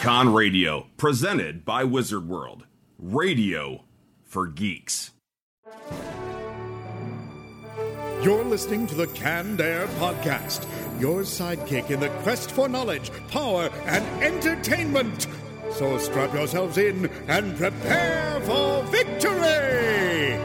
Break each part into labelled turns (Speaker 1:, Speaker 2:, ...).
Speaker 1: Con Radio, presented by Wizard World. Radio for geeks.
Speaker 2: You're listening to the Canned Air Podcast, your sidekick in the quest for knowledge, power, and entertainment. So strap yourselves in and prepare for victory!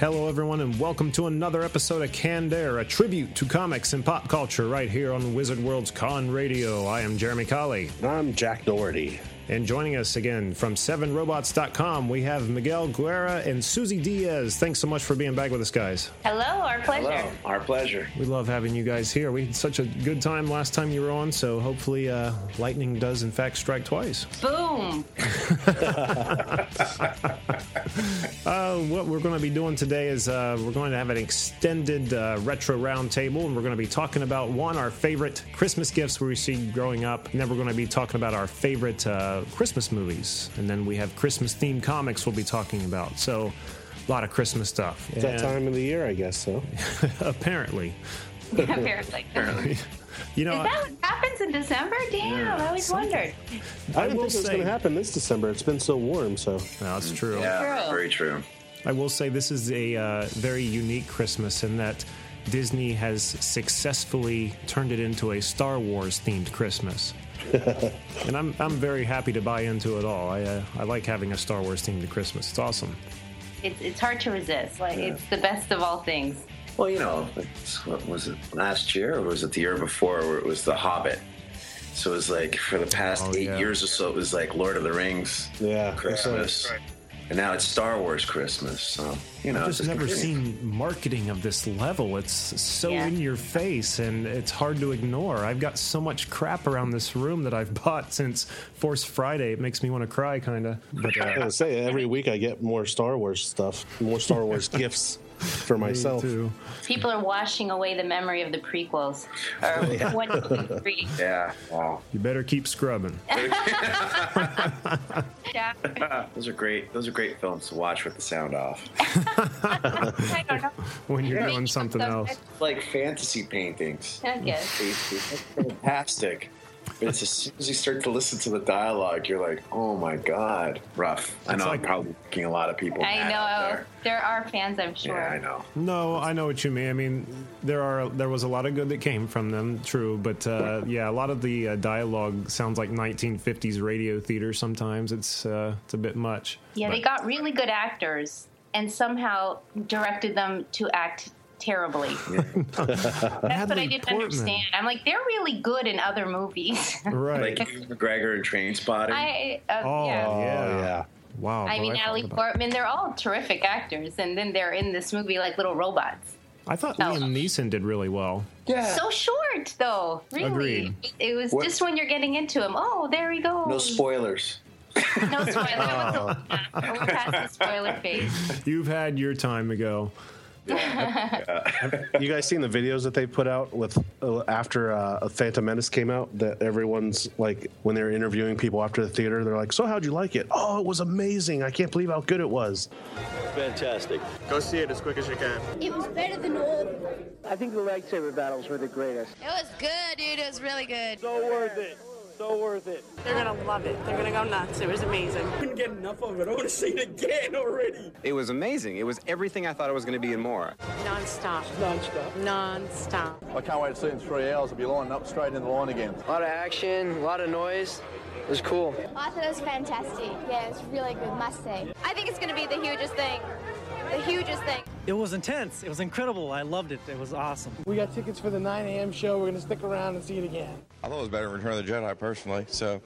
Speaker 3: Hello, everyone, and welcome to another episode of Candare, a tribute to comics and pop culture, right here on Wizard World's Con Radio. I am Jeremy Colley,
Speaker 4: I'm Jack Doherty.
Speaker 3: and joining us again from 7robots.com, we have Miguel Guerra and Susie Diaz. Thanks so much for being back with us, guys.
Speaker 5: Hello, our pleasure.
Speaker 4: Hello, our pleasure.
Speaker 3: We love having you guys here. We had such a good time last time you were on, so hopefully, uh, lightning does, in fact, strike twice.
Speaker 5: Boom.
Speaker 3: What we're going to be doing today is uh, we're going to have an extended uh, retro roundtable, and we're going to be talking about one our favorite Christmas gifts we received growing up, and then we're going to be talking about our favorite uh, Christmas movies, and then we have Christmas themed comics we'll be talking about. So, a lot of Christmas stuff.
Speaker 4: It's that time of the year, I guess. So
Speaker 3: apparently,
Speaker 5: Apparently. Is
Speaker 3: you know,
Speaker 5: that what happens in December? Damn, I always wondered.
Speaker 4: I,
Speaker 3: will
Speaker 4: didn't think it was
Speaker 3: say-
Speaker 4: going to happen this December. It's been so warm. So
Speaker 3: no, it's true.
Speaker 6: Yeah,
Speaker 5: True.
Speaker 6: very true.
Speaker 3: I will say this is a uh, very unique Christmas in that Disney has successfully turned it into a Star Wars themed Christmas. and I'm, I'm very happy to buy into it all. I, uh, I like having a Star Wars themed Christmas. It's awesome.
Speaker 5: It's, it's hard to resist. Like, it's the best of all things.
Speaker 6: Well, you know, it's, what was it last year or was it the year before where it was The Hobbit? So it was like for the past
Speaker 3: Oh,
Speaker 6: eight
Speaker 3: yeah.
Speaker 6: years or so, it was like Lord of the Rings
Speaker 4: Yeah,
Speaker 6: Christmas. And now it's Star Wars Christmas. So, you know,
Speaker 3: I've
Speaker 6: it's
Speaker 3: just never
Speaker 6: confusing.
Speaker 3: seen marketing of this level. It's so
Speaker 5: Yeah.
Speaker 3: in your face and it's hard to ignore. I've got so much crap around this room that I've bought since Force Friday. It makes me want to cry, kind of. But
Speaker 4: I
Speaker 3: uh,
Speaker 4: gotta say, every week I get more Star Wars stuff, more Star Wars gifts for myself.
Speaker 3: too.
Speaker 5: People are washing away the memory of the prequels. Or one, two, three.
Speaker 6: Yeah, wow.
Speaker 3: You better keep scrubbing.
Speaker 5: Yeah.
Speaker 6: Those are great. Those are great films to watch with the sound off.
Speaker 5: I don't know.
Speaker 3: when you're doing
Speaker 5: Make
Speaker 3: something
Speaker 5: something.
Speaker 3: else.
Speaker 6: It's like fantasy paintings.
Speaker 5: I guess.
Speaker 6: It's fantastic. But it's as soon as you start to listen to the dialogue, you're like, oh my God, rough. I
Speaker 3: It's
Speaker 6: know
Speaker 3: like-
Speaker 6: I'm probably making a lot of people.
Speaker 5: I
Speaker 6: mad out
Speaker 5: know.
Speaker 6: there.
Speaker 5: There are fans, I'm sure.
Speaker 6: Yeah, I know.
Speaker 3: No, I know what you mean. I mean, there are there was a lot of good that came from them, true, but uh, yeah, a lot of the uh, dialogue sounds like 1950s radio theater. Sometimes it's uh, it's a bit much.
Speaker 5: Yeah, they
Speaker 3: But-
Speaker 5: got really good actors and somehow directed them to act terribly. That's what I
Speaker 3: Natalie
Speaker 5: didn't
Speaker 3: Portman.
Speaker 5: understand. I'm like, they're really good in other movies.
Speaker 3: right.
Speaker 6: Like McGregor and Train Spotting.
Speaker 5: I, uh,
Speaker 3: oh yeah.
Speaker 5: yeah.
Speaker 4: yeah.
Speaker 3: Wow.
Speaker 5: I
Speaker 3: bro,
Speaker 5: mean,
Speaker 3: forgot
Speaker 5: Natalie
Speaker 3: about-
Speaker 5: Portman, they're all terrific actors, and then they're in this movie like little robots.
Speaker 3: I thought
Speaker 5: No.
Speaker 3: Liam Neeson did really well.
Speaker 6: yeah.
Speaker 5: So short, though. Really.
Speaker 3: Agreed.
Speaker 5: It, it was
Speaker 6: What-
Speaker 5: just when you're getting into him. Oh, there he goes.
Speaker 6: no spoilers.
Speaker 5: No spoiler. That was a- yeah, We're past the spoiler phase.
Speaker 3: You've had your time ago.
Speaker 4: You guys seen the videos that they put out with uh, after uh, Phantom Menace came out? That everyone's like, when they're interviewing people after the theater, they're like, "So how'd you like it? Oh, it was amazing! I can't believe how good it was."
Speaker 7: Fantastic.
Speaker 8: Go see it as quick as you can.
Speaker 9: It was better than all.
Speaker 10: I think the lightsaber battles were the greatest.
Speaker 9: It was good, dude. It was really good.
Speaker 8: So worth it. So worth it.
Speaker 11: They're gonna love it. They're gonna go nuts. It was amazing.
Speaker 8: Couldn't get enough of it. I want to see it again already.
Speaker 7: It was amazing. It was everything I thought it was going to be and more.
Speaker 11: Non-stop.
Speaker 8: Nonstop.
Speaker 11: Non-stop.
Speaker 8: I can't wait to see it in three hours. I'll be lining up straight in the line again.
Speaker 10: A lot of action, a lot of noise. It was cool.
Speaker 9: I thought it was fantastic. Yeah, it was really good, must say. I think it's going to be the hugest thing. The hugest thing.
Speaker 10: It was intense. It was incredible. I loved it. It was awesome.
Speaker 8: We got tickets for the 9 a.m. show. We're going to stick around and see it again.
Speaker 7: I thought it was better than Return of the Jedi, personally, so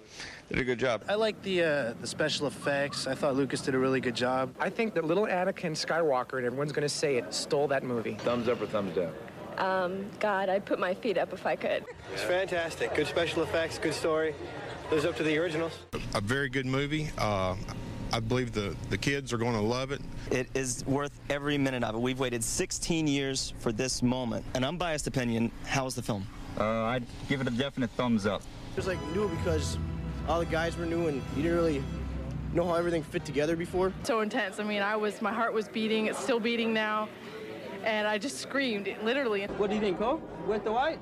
Speaker 7: did a good job.
Speaker 10: I like the uh, the special effects. I thought Lucas did a really good job.
Speaker 8: I think that little Anakin Skywalker, and everyone's going to say it, stole that movie. Thumbs up or thumbs down?
Speaker 9: God, I'd put my feet up if I could.
Speaker 10: It's fantastic. Good special effects. Good story. Lives up to the originals.
Speaker 8: A very good movie. Uh, I believe the, the kids are going to love it.
Speaker 10: It is worth every minute of it. We've waited 16 years for this moment. An unbiased opinion. How was the film?
Speaker 7: Uh, I'd give it a definite thumbs up.
Speaker 10: It was like new because all the guys were new and you didn't really
Speaker 12: know how everything fit together before?
Speaker 13: So intense. I mean, I was, my heart was beating. It's still beating now. And I just screamed, literally. What do you think, Cole? With the white?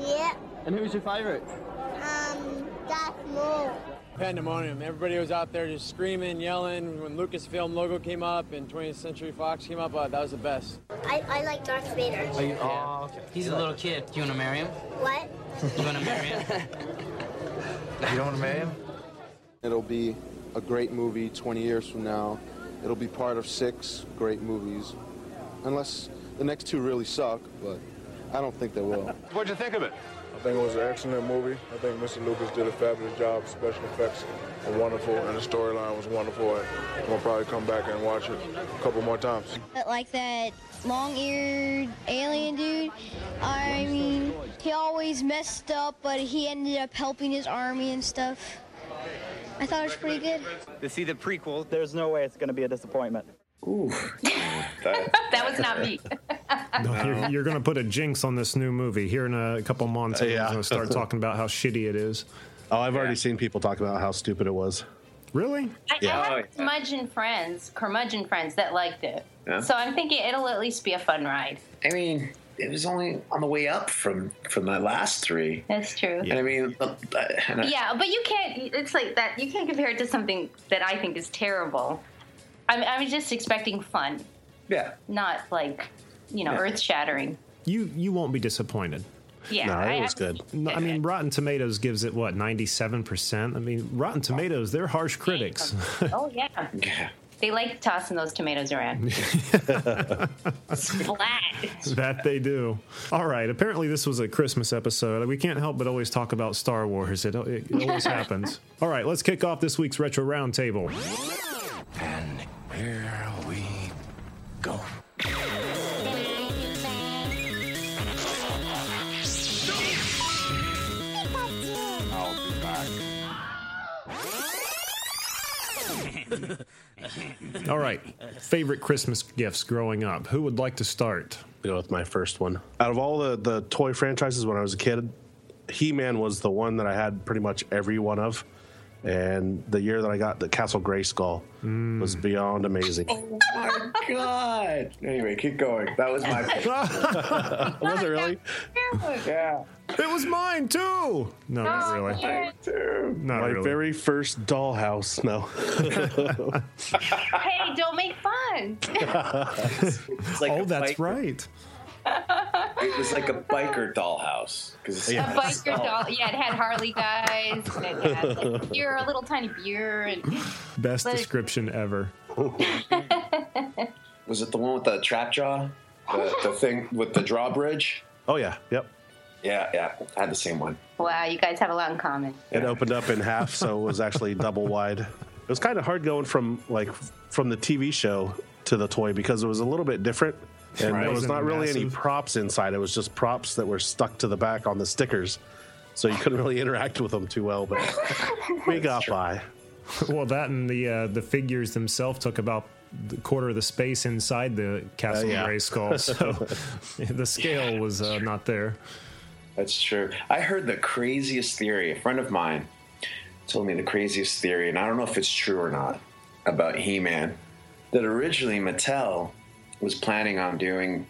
Speaker 14: Yeah.
Speaker 12: And who's your favorite?
Speaker 14: Um, Darth Maul.
Speaker 15: Pandemonium. Everybody was out there just screaming, yelling. When Lucasfilm logo came up and 20th Century Fox came up, uh, that was the best.
Speaker 14: I, I like Darth Vader.
Speaker 16: oh, okay. He's a little kid. Do you want to marry him?
Speaker 14: What?
Speaker 16: You want to marry him?
Speaker 17: You don't want to marry him? It'll be a great movie 20 years from now. It'll be part of six great movies. Unless the next two really suck, but I don't think they will.
Speaker 18: What'd you think of it?
Speaker 19: I think it was an excellent movie. I think Mr. Lucas did a fabulous job. Special effects were wonderful, and the storyline was wonderful. And I'm gonna probably come back and watch it a couple more times.
Speaker 14: But like that long-eared alien dude, I mean, he always messed up, but he ended up helping his army and stuff. I thought it was pretty good.
Speaker 20: To see the prequel, there's no way it's going to be a disappointment.
Speaker 6: Ooh.
Speaker 5: that was not me. Uh,
Speaker 3: No, Uh, you're, you're going to put a jinx on this new movie here in a couple months. Everyone's going to start talking about how shitty it is.
Speaker 4: Oh, I've already seen people talk about how stupid it was.
Speaker 3: Really?
Speaker 5: I, I
Speaker 6: Oh,
Speaker 5: have curmudgeon friends, curmudgeon friends that liked it.
Speaker 6: Yeah.
Speaker 5: So I'm thinking it'll at least be a fun ride.
Speaker 6: I mean, it was only on the way up from from the last three.
Speaker 5: That's true.
Speaker 6: And I mean, uh, and I-
Speaker 5: Yeah, but you can't. It's like that. You can't compare it to something that I think is terrible. I'm, I was just expecting fun,
Speaker 6: yeah.
Speaker 5: not like you know,
Speaker 3: Yeah.
Speaker 5: earth shattering.
Speaker 3: You you won't be disappointed.
Speaker 5: Yeah, No, it I- was
Speaker 3: good. I mean, Rotten Tomatoes gives it what ninety seven percent. I mean, Rotten Tomatoes they're harsh critics.
Speaker 5: Oh yeah. They like tossing those tomatoes around. Splat.
Speaker 3: that they do. All right. Apparently, this was a Christmas episode. We can't help but always talk about Star Wars. It, it always happens. All right. Let's kick off this week's retro roundtable.
Speaker 21: Here we go.
Speaker 18: I'll be back.
Speaker 3: All right. Favorite Christmas gifts growing up. Who would like to start?
Speaker 4: Go with my first one. Out of all the the toy franchises when I was a kid, He Man was the one that I had pretty much every one of. And the year that I got the Castle Grayskull was beyond amazing.
Speaker 6: Oh my god. Anyway, keep going. That was my.
Speaker 4: Oh, was it really?
Speaker 6: yeah.
Speaker 3: It was mine too. No, not
Speaker 5: Oh,
Speaker 3: really. Not
Speaker 4: my
Speaker 3: really.
Speaker 4: very first dollhouse. No.
Speaker 5: hey, don't make fun.
Speaker 3: oh, that's right.
Speaker 6: It was like a biker dollhouse. 'cause it's-
Speaker 5: A biker doll. Yeah, it had Harley guys. And it had like beer, a little tiny beer, and
Speaker 3: Best
Speaker 5: Like-
Speaker 3: description ever.
Speaker 6: Was it the one with the trap jaw? The, the thing with the drawbridge?
Speaker 4: Oh yeah. Yep.
Speaker 6: Yeah, yeah. I had the same one.
Speaker 5: wow, you guys have a lot in common.
Speaker 4: It opened up in half, so it was actually double wide. It was kind of hard going from like from the TV show to the toy because it was a little bit different, and
Speaker 3: Right.
Speaker 4: there was not
Speaker 3: Wasn't
Speaker 4: really any
Speaker 3: massive.
Speaker 4: props inside. It was just props that were stuck to the back on the stickers, so you couldn't really interact with them too well. But we got by.
Speaker 3: well, that and the uh, the figures themselves took about the quarter of the space inside the Castle
Speaker 6: yeah.
Speaker 3: Gray Skull, so the scale was uh, not there.
Speaker 6: That's true. I heard the craziest theory. A friend of mine told me the craziest theory, and I don't know if it's true or not, about He Man. That originally Mattel was planning on doing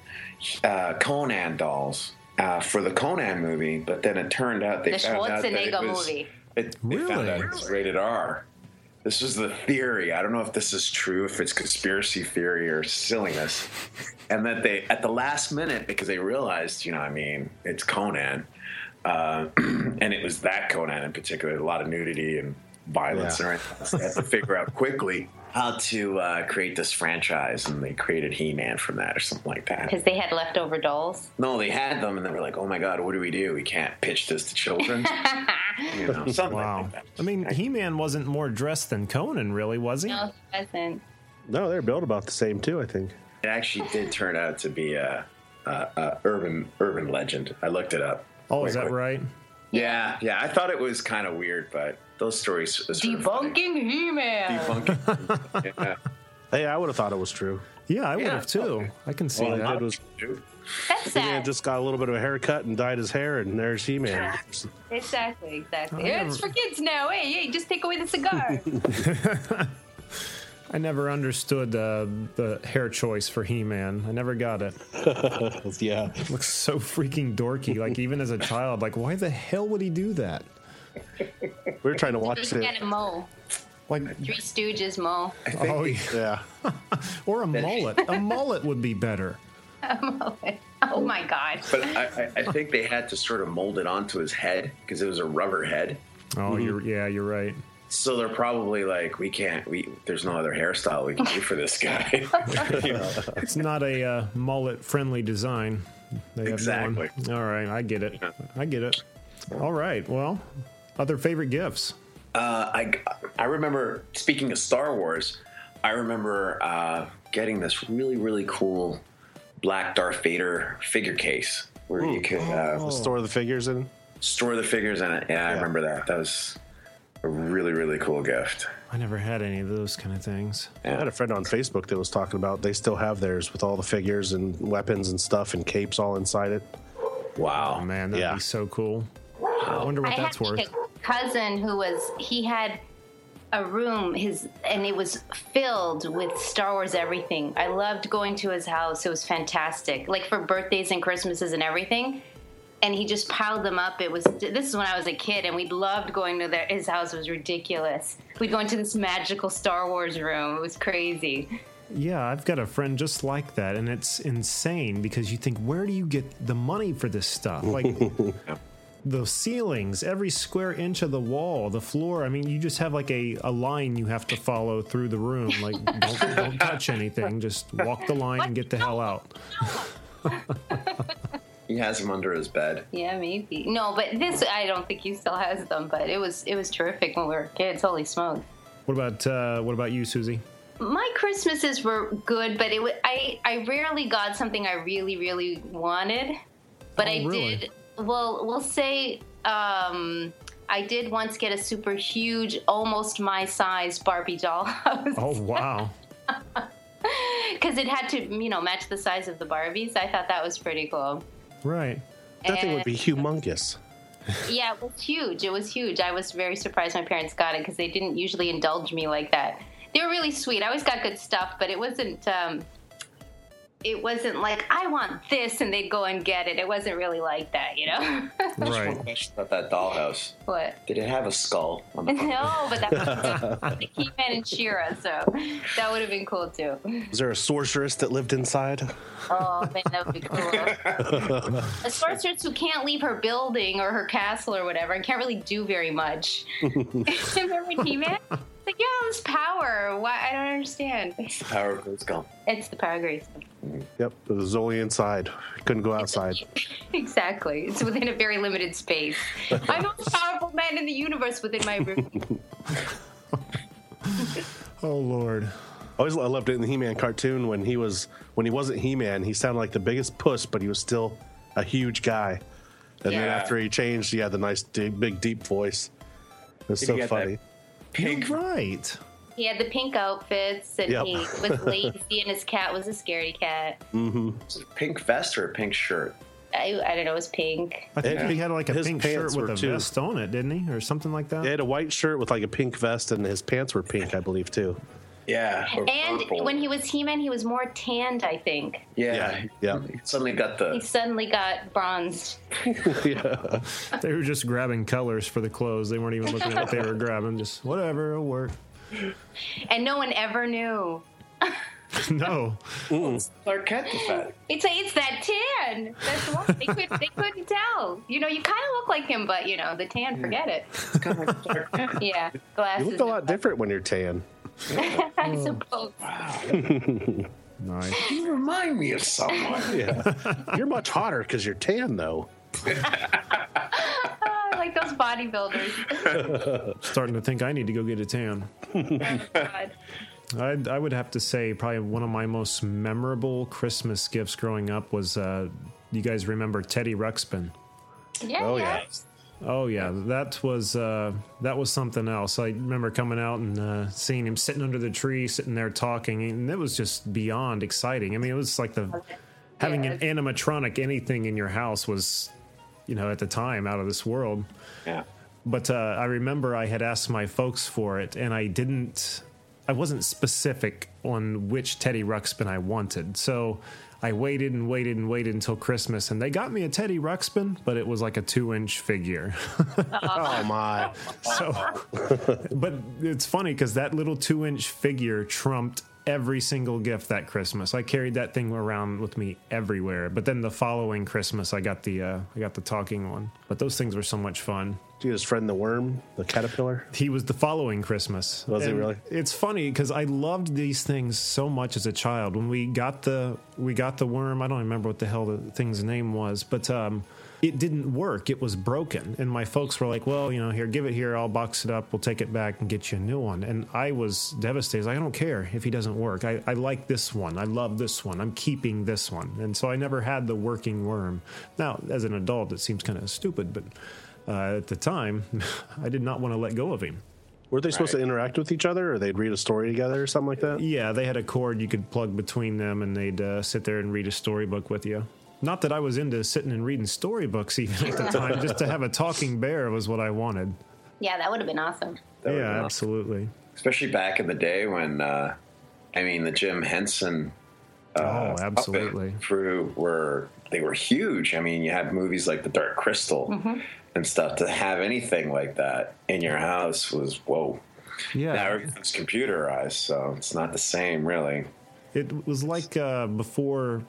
Speaker 6: uh, Conan dolls uh, for the Conan movie, but then it turned out they
Speaker 5: The
Speaker 6: found out that it
Speaker 5: Schwarzenegger
Speaker 6: was,
Speaker 5: movie.
Speaker 6: It, they found out it was rated R. This was the theory. I don't know if this is true, if it's conspiracy theory or silliness. And that they, at the last minute, because they realized, you know, I mean, it's Conan. Uh, and it was that Conan in particular, a lot of nudity and violence.
Speaker 4: Yeah.
Speaker 6: And everything else. they had to figure out quickly how to uh, create this franchise. And they created He Man from that or something like that.
Speaker 5: Because they had leftover dolls.
Speaker 6: No, they had them and they were like, oh my God, what do we do? We can't pitch this to children. you know, something
Speaker 3: wow. I mean, He Man wasn't more dressed than Conan, really, was he?
Speaker 5: No, it wasn't.
Speaker 4: No, they're built about the same too. I think.
Speaker 6: It actually did turn out to be a, a, a urban urban legend. I looked it up.
Speaker 3: Oh, is that right?
Speaker 6: Yeah, yeah. I thought it was kind of weird, but those stories. are sort of
Speaker 5: Debunking He-Man.
Speaker 6: Debunking. yeah.
Speaker 4: Hey, I would have thought it was true.
Speaker 3: Yeah, I would
Speaker 6: Yeah,
Speaker 3: have too. I can see
Speaker 4: All I
Speaker 3: that.
Speaker 4: did was
Speaker 5: That's
Speaker 4: He Man
Speaker 5: sad.
Speaker 4: just got a little bit of a haircut and dyed his hair, and there's He Man.
Speaker 5: Exactly, exactly.
Speaker 4: I
Speaker 5: It's
Speaker 4: never-
Speaker 5: for kids now. Hey, hey, just take away the cigar.
Speaker 3: I never understood uh, the hair choice for He Man. I never got it.
Speaker 4: yeah.
Speaker 3: Looks so freaking dorky. Like, even as a child, like, why the hell would he do that?
Speaker 4: We were trying to
Speaker 5: Just get a mole.
Speaker 3: Like,
Speaker 5: Three Stooges mole.
Speaker 3: oh, yeah. or a mullet. A mullet would be better.
Speaker 5: oh my god.
Speaker 6: But I, I, I think they had to sort of mold it onto his head because it was a rubber head.
Speaker 3: Oh, you're, yeah, you're right.
Speaker 6: So they're probably like, we can't. We there's no other hairstyle we can do for this guy. You know?
Speaker 3: It's not a uh, mullet friendly design. They have that one. All right, I get it. I get it. All right, well, other favorite gifts.
Speaker 6: Uh, I I remember speaking of Star Wars, I remember uh, getting this really really cool black Darth Vader figure case where you could uh,
Speaker 3: oh.
Speaker 5: Oh.
Speaker 4: Store the figures in.
Speaker 6: store the figures in it. Yeah, I remember that. That was a really really cool gift.
Speaker 3: I never had any of those kind of things.
Speaker 4: I had a friend on Facebook that was talking about they still have theirs with all the figures and weapons and stuff and capes all inside it.
Speaker 6: Wow,
Speaker 3: man, that'd be so cool. I wonder what
Speaker 5: I
Speaker 3: that's
Speaker 5: had
Speaker 3: worth.
Speaker 5: like a cousin who was he had a room his and it was filled with Star Wars everything. I loved going to his house. It was fantastic. Like for birthdays and Christmases and everything. And he just piled them up. It was this is when I was a kid, and we loved going to their, his house. It was ridiculous. We'd go into this magical Star Wars room. It was crazy.
Speaker 3: Yeah, I've got a friend just like that, and it's insane because you think, where do you get the money for this stuff? Like the ceilings, every square inch of the wall, the floor. I mean, you just have like a, a line you have to follow through the room. Like, don't, don't touch anything, just walk the line and get the hell out.
Speaker 6: He has them under his bed.
Speaker 5: Yeah, maybe. No, but this I don't think he still has them. But it was it was terrific when we were kids. Holy smokes.
Speaker 3: What about uh, what about you, Susie?
Speaker 5: my Christmases were good, but it was, I I rarely got something I really really wanted, but
Speaker 3: Oh,
Speaker 5: I
Speaker 3: really?
Speaker 5: did. Well, we'll say um, I did once get a super huge, almost my size Barbie doll
Speaker 3: Oh wow, Oh.
Speaker 5: because it had to you know match the size of the Barbies. I thought that was pretty cool.
Speaker 3: right?
Speaker 4: That thing would be humongous.
Speaker 5: yeah, it was huge. It was huge. I was very surprised my parents got it because they didn't usually indulge me like that. They were really sweet. I always got good stuff, but it wasn't. Um, it wasn't like I want this, and they'd go and get it. It wasn't really like that, you know.
Speaker 6: Just one question about that dollhouse.
Speaker 5: what?
Speaker 6: Did it have a skull on the front?
Speaker 5: No, but that was He Man and Shira, so that would have been cool too.
Speaker 4: Was there a sorceress that lived inside?
Speaker 5: Oh man, that would be cool. A sorceress who can't leave her building or her castle or whatever and can't really do very much. Remember He Man? It's like, yeah, all this power. Why? I don't understand.
Speaker 6: Power of the skull.
Speaker 5: It's the power of grace.
Speaker 4: Yep, it was only inside. Couldn't go outside.
Speaker 5: Exactly. It's within a very limited space. I'm the most powerful man in the universe within my room.
Speaker 3: Oh Lord.
Speaker 4: I always I loved it in the He-Man cartoon when he was when he wasn't He-Man, he sounded like the biggest puss, but he was still a huge guy. And then
Speaker 6: Yeah.
Speaker 4: after he changed, he had the nice big, big deep voice. It's
Speaker 6: He
Speaker 4: so
Speaker 6: got that
Speaker 4: funny.
Speaker 6: Pink.
Speaker 3: right.
Speaker 5: He had the pink outfits and
Speaker 4: Yep.
Speaker 5: he was lazy and his cat was a scaredy cat.
Speaker 6: Mm-hmm. Pink vest or a pink shirt?
Speaker 5: I, I don't know, it was pink.
Speaker 3: I think
Speaker 4: Yeah.
Speaker 3: he had like a
Speaker 4: His
Speaker 3: pink
Speaker 4: pants
Speaker 3: shirt with
Speaker 4: were
Speaker 3: a
Speaker 4: too.
Speaker 3: vest on it, didn't he, or something like that?
Speaker 4: He had a white shirt with like a pink vest, and his pants were pink, I believe, too.
Speaker 6: Yeah. or
Speaker 5: And
Speaker 6: purple.
Speaker 5: when he was He Man, he was more tanned, I think.
Speaker 6: yeah, yeah, Suddenly got
Speaker 5: He
Speaker 6: the
Speaker 5: suddenly got bronzed.
Speaker 4: yeah.
Speaker 3: They were just grabbing colors for the clothes. They weren't even looking at what they were grabbing. Just whatever, it'll work.
Speaker 5: and no one ever knew.
Speaker 3: no.
Speaker 6: Clark Kent effect.
Speaker 5: It's like, it's that tan. That's why they couldn't, they couldn't tell. You know, you kind of look like him, but you know, the tan, forget it. yeah,
Speaker 4: You
Speaker 5: glasses.
Speaker 4: look a lot different when you're tan.
Speaker 5: I suppose.
Speaker 3: nice.
Speaker 6: You remind me of someone.
Speaker 4: Yeah. You're much hotter because you're tan, though.
Speaker 5: Ah, like those bodybuilders. Oh,
Speaker 3: Starting to think I need to go get a tan.
Speaker 5: God.
Speaker 3: I, I would have to say probably one of my most memorable Christmas gifts growing up was uh, you guys remember Teddy Ruxpin?
Speaker 5: Yeah,
Speaker 3: Oh,
Speaker 5: yeah.
Speaker 3: Oh yeah, that was uh, that was something else. I remember coming out and uh, seeing him sitting under the tree, sitting there talking, and it was just beyond exciting. I mean, it was like the having an animatronic anything in your house was, you know, at the time out of this world.
Speaker 6: Yeah.
Speaker 3: But uh, I remember I had asked my folks for it, and I didn't. I wasn't specific on which Teddy Ruxpin I wanted, so I waited and waited and waited until Christmas, and they got me a Teddy Ruxpin, but it was like a two-inch figure.
Speaker 4: oh my!
Speaker 3: So, but it's funny because that little two inch figure trumped every single gift that Christmas. I carried that thing around with me everywhere. But then the following Christmas, I got the uh, I got the talking one. But those things were so much fun.
Speaker 4: Do you his friend the worm, the caterpillar?
Speaker 3: He was the following Christmas.
Speaker 4: Was he
Speaker 3: And
Speaker 4: really?
Speaker 3: It's funny because I loved these things so much as a child. When we got the we got the worm, I don't remember what the hell the thing's name was, but um, it didn't work. It was broken, and my folks were like, "Well, you know, here, give it here. I'll box it up. We'll take it back and get you a new one." And I was devastated. I don't care if he doesn't work. I, I like this one. I love this one. I'm keeping this one. And so I never had the working worm. Now, as an adult, it seems kind of stupid, but. Uh, at the time, I did not want to let go of him.
Speaker 4: Were they supposed to interact with each other, or they'd read a story together, or something like that?
Speaker 3: Yeah, they had a cord you could plug between them, and they'd uh, sit there and read a storybook with you. Not that I was into sitting and reading storybooks even at the time, just to have a talking bear was what I wanted.
Speaker 5: Yeah, that would have been awesome.
Speaker 3: yeah, absolutely.
Speaker 6: especially back in the day when uh, I mean the Jim Henson uh,
Speaker 3: oh, absolutely
Speaker 6: crew were they were huge. I mean, you had movies like The Dark Crystal and stuff. To have anything like that in your house was whoa.
Speaker 3: Yeah.
Speaker 6: Now everything's computerized, so it's not the same really.
Speaker 3: It was like uh, before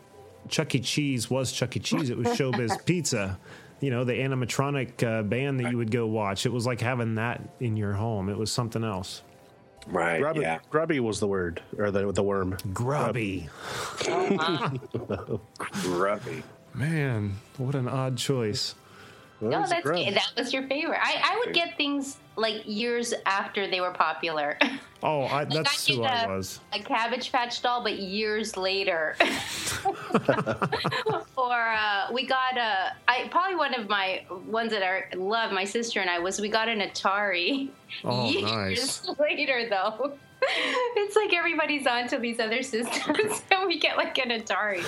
Speaker 3: Chuck E. Cheese was Chuck E. Cheese, it was Showbiz Pizza. You know, the animatronic uh, band that you would go watch. It was like having that in your home, it was something else.
Speaker 6: Right.
Speaker 4: Grubby,
Speaker 3: yeah.
Speaker 4: grubby was the word, or the the worm.
Speaker 3: Grubby.
Speaker 6: Grubby.
Speaker 3: Man, what an odd choice.
Speaker 5: No, that's that was your favorite. I, I would get things like years after they were popular.
Speaker 3: Oh, I, that's
Speaker 5: I
Speaker 3: who
Speaker 5: did,
Speaker 3: I
Speaker 5: uh,
Speaker 3: was.
Speaker 5: A Cabbage Patch doll, but years later. or uh, we got a, I probably one of my ones that I love, my sister and I was we got an Atari.
Speaker 3: Oh,
Speaker 5: years
Speaker 3: nice.
Speaker 5: later though. It's like everybody's onto these other systems, and we get like an Atari.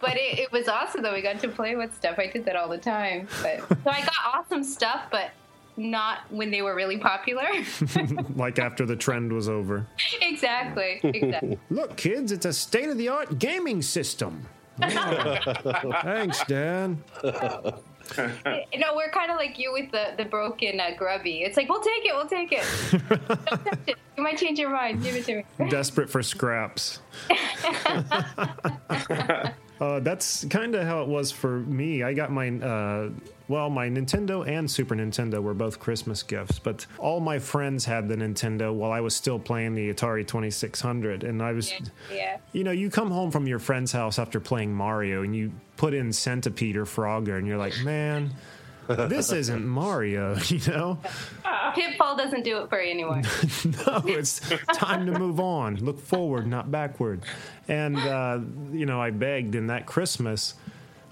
Speaker 5: But it, it was awesome though. We got to play with stuff. I did that all the time. But so I got awesome stuff, but not when they were really popular.
Speaker 3: like after the trend was over.
Speaker 5: exactly. Exactly.
Speaker 3: Look, kids, it's a state of the art gaming system. Thanks, Dan.
Speaker 5: You know, we're kind of like you with the, the broken uh, grubby. It's like, we'll take it, we'll take it. Don't touch it. You might change your mind. Give it to me.
Speaker 3: Desperate for scraps. Uh, that's kind of how it was for me. I got my, uh, well, my Nintendo and Super Nintendo were both Christmas gifts, but all my friends had the Nintendo while I was still playing the Atari 2600. And I was,
Speaker 5: Yeah.
Speaker 3: you know, you come home from your friend's house after playing Mario and you put in Centipede or Frogger and you're like, man, this isn't Mario, you know?
Speaker 5: Pitfall doesn't do it for you anymore.
Speaker 3: no, it's time to move on. Look forward, not backward. And, uh, you know, I begged, and that Christmas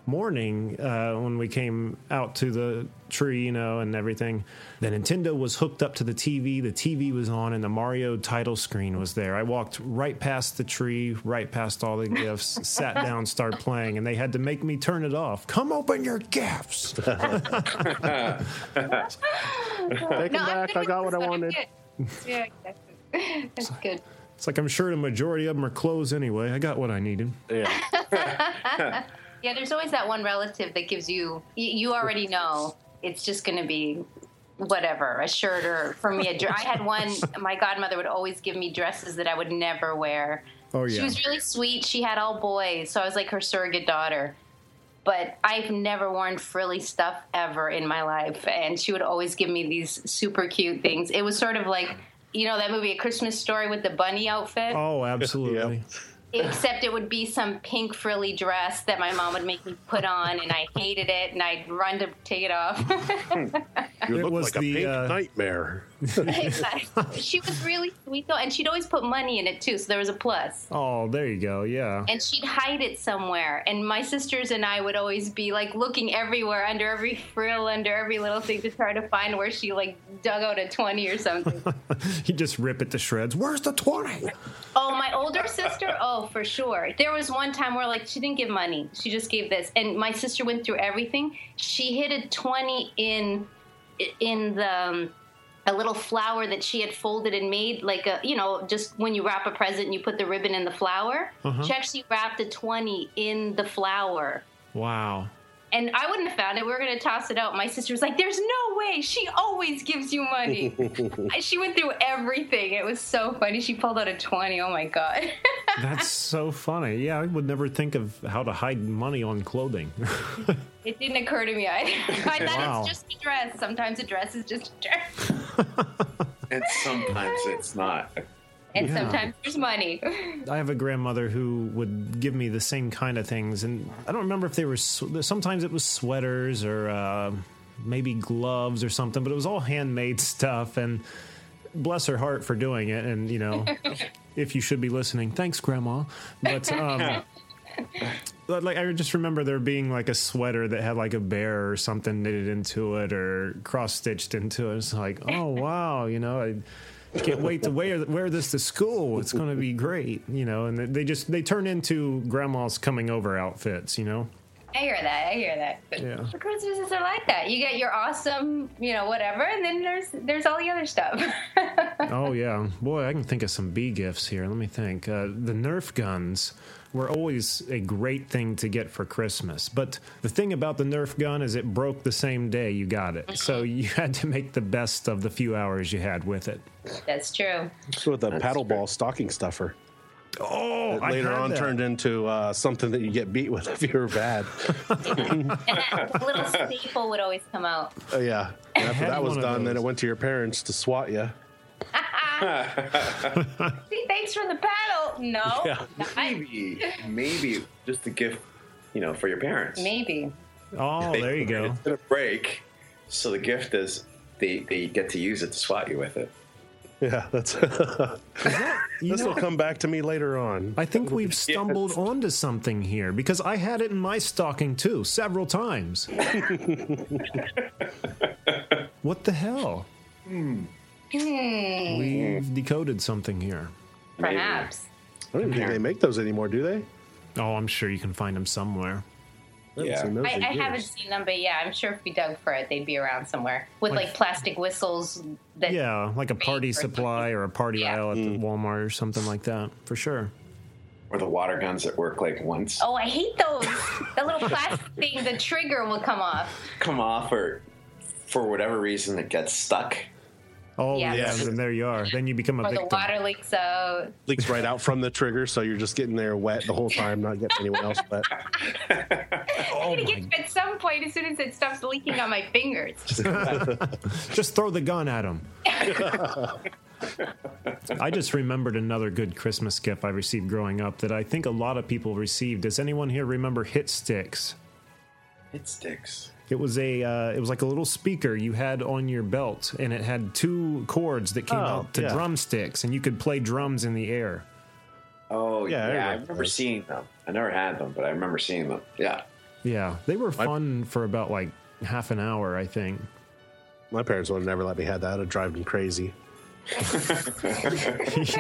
Speaker 3: morning uh, when we came out to the tree, you know, and everything, the Nintendo was hooked up to the TV. The TV was on, and the Mario title screen was there. I walked right past the tree, right past all the gifts, sat down, started playing, and they had to make me turn it off. Come open your gifts.
Speaker 4: Take 'em
Speaker 5: No, I'm
Speaker 4: back.
Speaker 5: good
Speaker 4: I got what I
Speaker 5: with
Speaker 4: wanted.
Speaker 5: it. Yeah, exactly. That's good.
Speaker 3: It's like I'm sure the majority of them are closed anyway. I got what I needed.
Speaker 4: Yeah.
Speaker 5: Yeah, there's always that one relative that gives you, you, you already know it's just going to be whatever, a shirt or for me, a dress. I had one, my godmother would always give me dresses that I would never wear.
Speaker 3: Oh
Speaker 5: She
Speaker 3: yeah.
Speaker 5: was really sweet. She had all boys, so I was like her surrogate daughter. But I've never worn frilly stuff ever in my life, and she would always give me these super cute things. It was sort of like, you know, that movie A Christmas Story with the bunny outfit,
Speaker 3: Oh, absolutely.
Speaker 5: except it would be some pink frilly dress that my mom would make me put on, and I hated it, and I'd run to take it off.
Speaker 4: You
Speaker 3: It
Speaker 4: look
Speaker 3: was
Speaker 4: like a
Speaker 3: the,
Speaker 4: pink
Speaker 3: uh,
Speaker 4: nightmare.
Speaker 5: she was really sweet though, and she'd always put money in it too, so there was a plus.
Speaker 3: Oh, there you go. Yeah.
Speaker 5: and she'd hide it somewhere. And my sisters and I would always be like looking everywhere, under every frill, under every little thing to try to find where she like dug out a 20 or something.
Speaker 3: you just rip it to shreds. Where's the 20?
Speaker 5: oh, my older sister? Oh, Oh, for sure. There was one time where like she didn't give money. She just gave this. And my sister went through everything. She hid a 20 in in the um, a little flower that she had folded and made like a you know just when you wrap a present and you put the ribbon in the flower.
Speaker 3: Uh-huh.
Speaker 5: She actually wrapped a 20 in the flower.
Speaker 3: Wow.
Speaker 5: And I wouldn't have found it. We were going to toss it out. My sister was like, "There's no way. She always gives you money." she went through everything. It was so funny. She pulled out a 20. Oh my god.
Speaker 3: That's so funny. Yeah, I would never think of how to hide money on clothing.
Speaker 5: It didn't occur to me. I, I thought
Speaker 3: Wow.
Speaker 5: it's just a dress. Sometimes a dress is just a dress.
Speaker 6: And sometimes it's not.
Speaker 5: And
Speaker 3: Yeah.
Speaker 5: sometimes there's money.
Speaker 3: I have a grandmother who would give me the same kind of things, and I don't remember if they were. sw- Sometimes it was sweaters or uh, maybe gloves or something, but it was all handmade stuff. And bless her heart for doing it. And you know, if you should be listening, thanks, Grandma. But um, But, like I just remember there being like a sweater that had like a bear or something knitted into it or cross stitched into it. It's like, oh wow, you know, I can't wait to wear wear this to school. It's going to be great, you know. And they just they turn into grandma's coming over outfits, you know.
Speaker 5: I hear that. I hear that. But
Speaker 3: Yeah.
Speaker 5: the Christmases are like that. You get your awesome, you know, whatever, and then there's there's all the other stuff.
Speaker 3: oh yeah, boy, I can think of some B gifts here. Let me think. Uh, the Nerf guns were always a great thing to get for Christmas, but the thing about the Nerf gun is it broke the same day you got it, so you had to make the best of the few hours you had with it.
Speaker 5: That's true.
Speaker 4: So with the paddle ball stocking stuffer.
Speaker 3: Oh,
Speaker 4: It
Speaker 3: I
Speaker 4: later
Speaker 3: had
Speaker 4: on
Speaker 3: that.
Speaker 4: turned into uh, something that you get beat with if you're bad.
Speaker 5: And that little staple would always come out.
Speaker 4: Uh, yeah. And after
Speaker 3: had
Speaker 4: that was
Speaker 3: one of
Speaker 4: done, then it went to your parents to swat you.
Speaker 5: See, thanks for the paddle. No.
Speaker 6: Yeah. Maybe, maybe just a gift, you know, for your parents.
Speaker 5: Maybe.
Speaker 3: Oh, there you go.
Speaker 6: It's gonna break, so the gift is they they get to use it to swat you with it.
Speaker 4: Yeah, that's. this will come back to me later on.
Speaker 3: I think we've stumbled onto something here because I had it in my stocking too several times. what the hell?
Speaker 5: Hmm.
Speaker 3: We've decoded something here.
Speaker 5: Perhaps.
Speaker 4: I don't even think they make those anymore, do they?
Speaker 3: Oh, I'm sure you can find them somewhere.
Speaker 4: Yeah.
Speaker 5: I, I haven't seen them, but yeah, I'm sure if we dug for it, they'd be around somewhere with
Speaker 3: Like-
Speaker 5: like, plastic whistles that
Speaker 3: Yeah, like a party supply or a party aisle at the Walmart or something like that, for sure.
Speaker 6: Or the water guns that work like once
Speaker 5: Oh, I hate those. the little plastic thing, the trigger will come off.
Speaker 6: come off, or for whatever reason it gets stuck.
Speaker 3: Oh,
Speaker 5: Yeah.
Speaker 3: yeah,
Speaker 5: Yes.
Speaker 3: and there you are. Then you become a
Speaker 5: Or the
Speaker 3: victim.
Speaker 5: water leaks out.
Speaker 4: Leaks right out from the trigger, so you're just getting there wet the whole time, not getting anyone else wet.
Speaker 3: Oh
Speaker 5: I'm gonna get to at some point as soon as it stops leaking on my fingers.
Speaker 3: just throw the gun at him. I just remembered another good Christmas gift I received growing up that I think a lot of people received. Does anyone here remember Hit Sticks?
Speaker 6: It sticks.
Speaker 3: It was a uh, it was like a little speaker you had on your belt, and it had two chords that came
Speaker 4: Oh,
Speaker 3: out to
Speaker 4: yeah.
Speaker 3: drumsticks, and you could play drums in the air.
Speaker 6: Oh
Speaker 3: Yeah,
Speaker 6: yeah,
Speaker 3: I
Speaker 6: I,
Speaker 3: remember
Speaker 6: remember seeing them. I never had them, but I remember seeing them. Yeah.
Speaker 3: Yeah, they were fun for about like half an hour, I think.
Speaker 4: My parents would have never let me have that. It'd drive them crazy.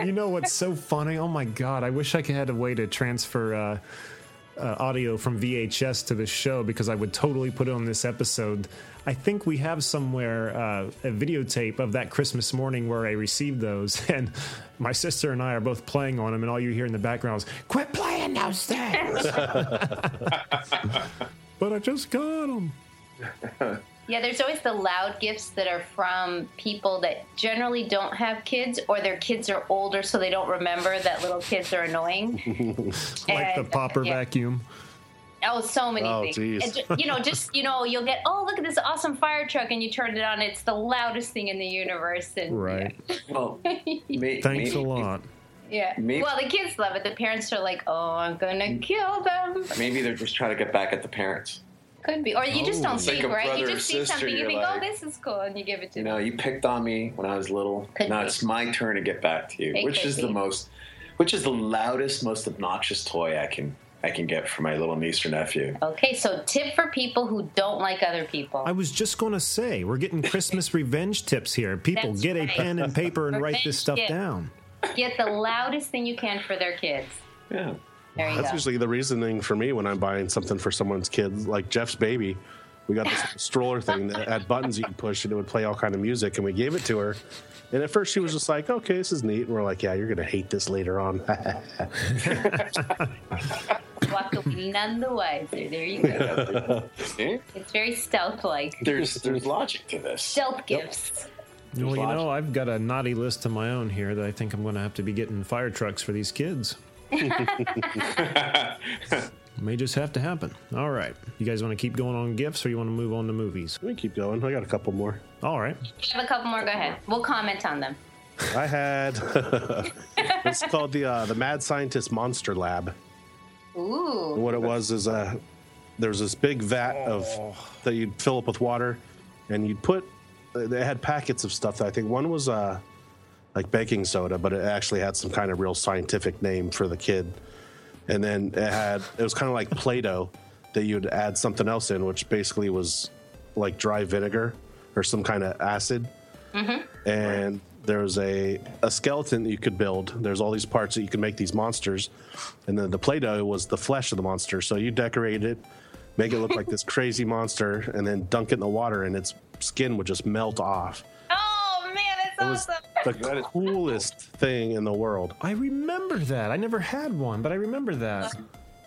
Speaker 3: you know what's so funny? Oh my god! I wish I could had a way to transfer uh, uh, audio from VHS to the show because I would totally put it on this episode. I think we have somewhere uh, a videotape of that Christmas morning where I received those, and my sister and I are both playing on them, and all you hear in the background is "Quit playing those things." but I just got them.
Speaker 5: Yeah, there's always the loud gifts that are from people that generally don't have kids or their kids are older so they don't remember that little kids are annoying.
Speaker 3: like the
Speaker 5: And- uh,
Speaker 3: popper
Speaker 5: yeah.
Speaker 3: vacuum.
Speaker 5: Oh, so many
Speaker 3: Oh,
Speaker 5: things.
Speaker 3: geez.
Speaker 5: And ju- you know, just you know, you'll get oh look at this awesome fire truck, and you turn it on. It's the loudest thing in the universe, and
Speaker 3: Right.
Speaker 6: Well, may,
Speaker 3: Thanks
Speaker 6: maybe,
Speaker 3: a lot.
Speaker 5: yeah.
Speaker 6: Maybe-
Speaker 5: Well, the kids love it. The parents are like, oh, I'm gonna
Speaker 6: Mm.
Speaker 5: kill them.
Speaker 6: Maybe they're just trying to get back at the parents.
Speaker 5: Could be, or you just
Speaker 6: Oh.
Speaker 5: don't
Speaker 6: It's like
Speaker 5: think,
Speaker 6: a
Speaker 5: right? You
Speaker 6: brother or
Speaker 5: just see
Speaker 6: sister,
Speaker 5: something, you
Speaker 6: you're
Speaker 5: think, oh,
Speaker 6: like-
Speaker 5: this is cool, and you give it to
Speaker 6: You
Speaker 5: them.
Speaker 6: know, you picked on me when I was little.
Speaker 5: Could
Speaker 6: now
Speaker 5: be.
Speaker 6: it's my turn to get back to you,
Speaker 5: It
Speaker 6: which
Speaker 5: could
Speaker 6: is
Speaker 5: be.
Speaker 6: the most, which is the loudest, most obnoxious toy I can I can get for my little niece or nephew.
Speaker 5: Okay, so tip for people who don't like other people.
Speaker 3: I was just going to say, we're getting Christmas revenge tips here. People,
Speaker 5: That's
Speaker 3: get
Speaker 5: right.
Speaker 3: a pen and paper and write
Speaker 5: Revenge
Speaker 3: this stuff
Speaker 5: tip.
Speaker 3: down.
Speaker 5: Get the loudest thing you can for their kids.
Speaker 6: Yeah.
Speaker 5: There you
Speaker 4: That's
Speaker 5: go.
Speaker 4: usually the reasoning for me when I'm buying something for someone's kids, like Jeff's baby. We got this stroller thing that had buttons you could push and it would play all kind of music, and we gave it to her. And at first she was just like, "Okay, this is neat." And we're like, "Yeah, you're gonna hate this later on."
Speaker 5: Walk away none the wiser. There you go.
Speaker 6: See?
Speaker 5: It's very stealth like.
Speaker 6: There's there's logic to this.
Speaker 5: Stealth gifts.
Speaker 3: Well, you know, I've got a naughty list of my own here that I think I'm going to have to be getting fire trucks for these kids. May just have to happen. All right. You guys want to keep going on gifts or you want to move on to movies?
Speaker 4: We keep going. I got a couple more.
Speaker 3: All right.
Speaker 5: We have a couple more. Go ahead. We'll comment on them.
Speaker 4: I had it's called the uh, the Mad Scientist Monster Lab.
Speaker 5: Ooh.
Speaker 4: And what it was is uh, there was this big vat of that you'd fill up with water, and you'd put. They had packets of stuff. That I think one was uh, like baking soda, but it actually had some kind of real scientific name for the kid. And then it had it was kind of like Play-Doh that you'd add something else in, which basically was like dry vinegar or some kind of acid and there's a a skeleton that you could build. There's all these parts that you could make these monsters, and then the play-doh was the flesh of the monster. So you decorate it, make it look like this crazy monster, and then dunk it in the water, and its skin would just melt off.
Speaker 5: Oh man, it's
Speaker 4: It was the coolest thing in the world.
Speaker 3: I remember that. I never had one, but I remember that.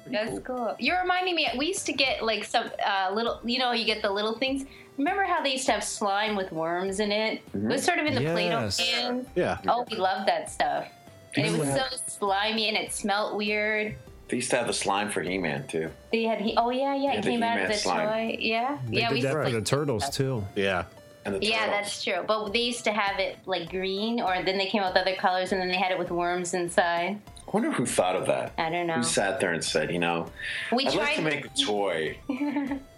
Speaker 5: That's cool. You're reminding me. We used to get like some uh, little, you know, you get the little things. Remember how they used to have slime with worms in it? It was sort of in the Play-Doh
Speaker 3: Yes.
Speaker 5: can.
Speaker 4: Yeah.
Speaker 5: Oh, we love that stuff. And it was so slimy and it smelled weird.
Speaker 6: They used to have the slime for He-Man too.
Speaker 5: They had he. Oh yeah, yeah.
Speaker 6: Yeah,
Speaker 5: It
Speaker 6: the
Speaker 5: came out of
Speaker 6: He-Man
Speaker 5: the
Speaker 6: slime.
Speaker 5: toy. Yeah, yeah. We used to play-
Speaker 3: turtles too.
Speaker 4: Yeah.
Speaker 5: Yeah, that's true. But they used to have it like green, or then they came out with other colors, and then they had it with worms inside.
Speaker 6: I wonder who thought of that.
Speaker 5: I don't know.
Speaker 6: Who sat there and said, you know,
Speaker 5: We
Speaker 6: I'd like
Speaker 5: tried-
Speaker 6: to make a toy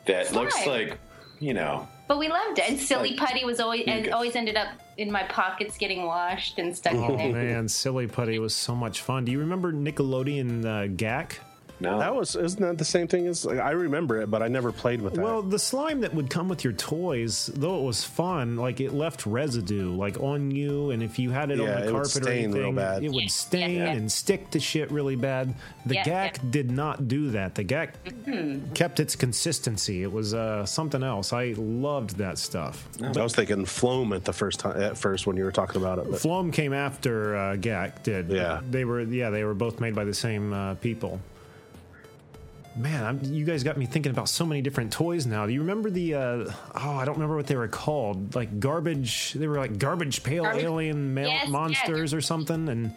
Speaker 6: that looks
Speaker 5: Slime.
Speaker 6: like, you know,
Speaker 5: But we loved it, and silly putty was always
Speaker 3: you
Speaker 5: and
Speaker 3: could-
Speaker 5: always ended up in my pockets getting washed and stuck
Speaker 3: Oh
Speaker 5: in there.
Speaker 3: man, silly putty was so much fun. Do you remember Nickelodeon uh, Gak?
Speaker 6: No,
Speaker 4: that was isn't that the same thing as like, I remember it, but I never played with that.
Speaker 3: Well, the slime that would come with your toys, though it was fun, like it left residue, like on you, and if you had it
Speaker 4: Yeah,
Speaker 3: on the
Speaker 4: it would
Speaker 3: carpet or
Speaker 4: stain
Speaker 3: anything,
Speaker 4: real bad.
Speaker 3: it would stain
Speaker 4: yeah.
Speaker 3: and stick to shit really bad. The
Speaker 5: Yeah,
Speaker 3: GAC did not do that. The GAC
Speaker 4: Mm-hmm.
Speaker 5: Mhm.
Speaker 3: kept its consistency. It was uh, something else. I loved that stuff.
Speaker 4: I was thinking Floam at the first time at first when you were talking about it. But
Speaker 3: Flom came after uh, Gak did.
Speaker 4: Yeah.
Speaker 3: they were yeah they were both made by the same uh, people. Man, I'm, you guys got me thinking about so many different toys now. Do you remember the? Uh, oh, I don't remember what they were called. Like garbage, they were like garbage pail
Speaker 5: Garbage-
Speaker 3: alien ma-
Speaker 5: Yes, yeah.
Speaker 3: monsters or something. And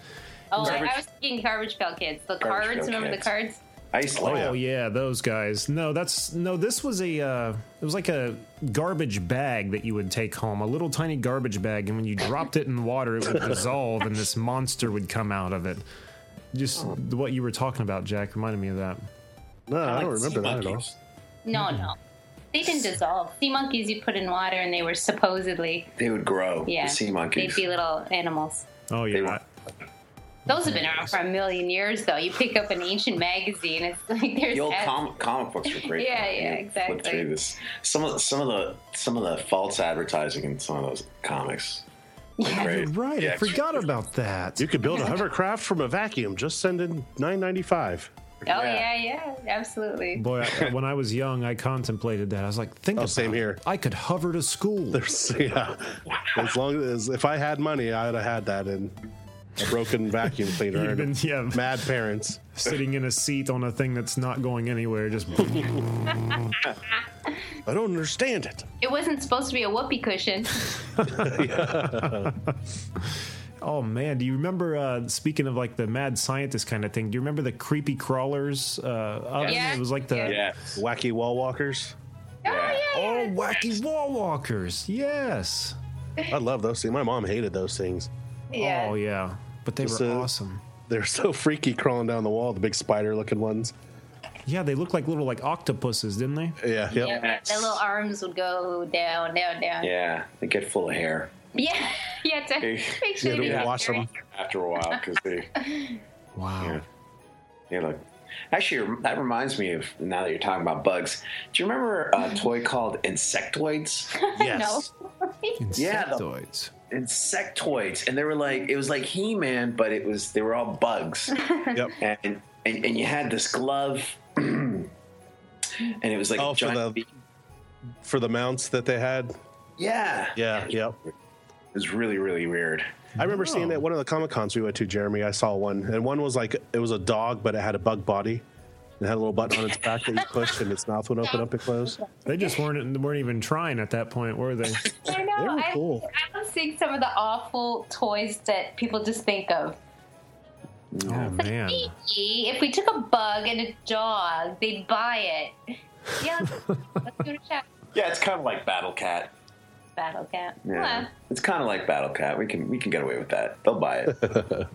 Speaker 5: Oh, I,
Speaker 3: Garbage-
Speaker 5: I was thinking garbage pail kids. The
Speaker 3: Garbage
Speaker 5: cards,
Speaker 3: Pail
Speaker 5: remember
Speaker 3: Kids.
Speaker 5: the cards?
Speaker 3: oh yeah. those guys. No, that's no. This was a. Uh, it was like a garbage bag that you would take home, a little tiny garbage bag, and when you dropped it in water, it would dissolve, and this monster would come out of it. Just what you were talking about, Jack, reminded me of that.
Speaker 4: No,
Speaker 5: I
Speaker 4: don't remember that at all.
Speaker 5: No, no, they didn't dissolve. Sea monkeys, you put in water, and they were supposedly
Speaker 6: they would grow.
Speaker 5: yeah,
Speaker 6: The sea monkeys.
Speaker 5: They'd be little animals.
Speaker 3: Oh yeah.
Speaker 5: Those have been around for a million years, though. You pick up an ancient magazine, it's like there's
Speaker 6: the old
Speaker 5: ad-
Speaker 6: comic, comic books were great.
Speaker 5: Yeah,
Speaker 6: You
Speaker 5: yeah,
Speaker 6: flip
Speaker 5: exactly.
Speaker 6: Through this. Some of some of the some of the false advertising in some of those comics.
Speaker 3: Yeah,
Speaker 6: Great.
Speaker 3: you're right. I forgot about that.
Speaker 4: You could build a hovercraft from a vacuum. Just send in nine ninety five.
Speaker 5: Oh yeah, yeah, absolutely.
Speaker 3: Boy, I, when I was young, I contemplated that. I was like, think
Speaker 4: Oh,
Speaker 3: about
Speaker 4: same here.
Speaker 3: I could hover to school.
Speaker 4: There's, yeah. As long as if I had money, I'd have had that in a broken vacuum cleaner.
Speaker 3: You'd
Speaker 4: and
Speaker 3: been- yeah.
Speaker 4: Mad parents.
Speaker 3: Sitting in a seat on a thing that's not going anywhere, just. I
Speaker 4: don't understand it.
Speaker 5: It wasn't supposed to be a whoopee cushion.
Speaker 3: oh man, do you remember? Uh, speaking of like the mad scientist kind of thing, do you remember the creepy crawlers? Uh, oven?
Speaker 4: Yeah.
Speaker 3: It was like the
Speaker 5: Oh,
Speaker 4: wacky wall walkers.
Speaker 3: Oh, wacky wall walkers. Yes.
Speaker 4: I love those things. My mom hated those things.
Speaker 5: Yeah.
Speaker 3: Oh yeah, but they
Speaker 4: Just,
Speaker 3: were
Speaker 4: uh,
Speaker 3: awesome.
Speaker 4: They're so freaky crawling down the wall, the big spider looking ones.
Speaker 3: Yeah, they looked like little like octopuses, didn't they?
Speaker 4: Yeah. Yep.
Speaker 5: Yeah, their little arms would go down, down, down.
Speaker 6: Yeah, they get full of hair.
Speaker 5: Yeah, yeah. To make sure they don't carry-
Speaker 6: after a while because they.
Speaker 3: Wow.
Speaker 6: Yeah. They look. Actually, that reminds me of now that you're talking about bugs. Do you remember a toy called Insectoids?
Speaker 5: no.
Speaker 6: Yeah, the- Insectoids, and they were like it was like He Man, but it was they were all bugs.
Speaker 4: Yep.
Speaker 6: And and, and you had this glove, and it was like
Speaker 4: Oh,
Speaker 6: a
Speaker 4: for
Speaker 6: John
Speaker 4: the-
Speaker 6: B.
Speaker 4: for the mounts that they had.
Speaker 6: Yeah,
Speaker 4: Yeah, yep.
Speaker 6: It's really, really weird.
Speaker 4: I remember seeing
Speaker 3: Oh.
Speaker 4: that at one of the comic cons we went to, Jeremy. I saw one, and one was like it was a dog, but it had a bug body. It had a little button on its back that you pushed, and its mouth would open up and close.
Speaker 3: They just weren't weren't even trying at that point, were they?
Speaker 5: I know.
Speaker 3: They were
Speaker 5: I,
Speaker 3: cool.
Speaker 5: I love seeing some of the awful toys that people just think of.
Speaker 3: Oh man.
Speaker 5: If we took a bug and a dog, they'd buy it. Yeah, let's let's do it a shot.
Speaker 6: Yeah, it's kind of like Battle Cat.
Speaker 5: Battle cat.
Speaker 6: Yeah, it's kind of like Battle Cat. We can we can get away with that. They'll buy it.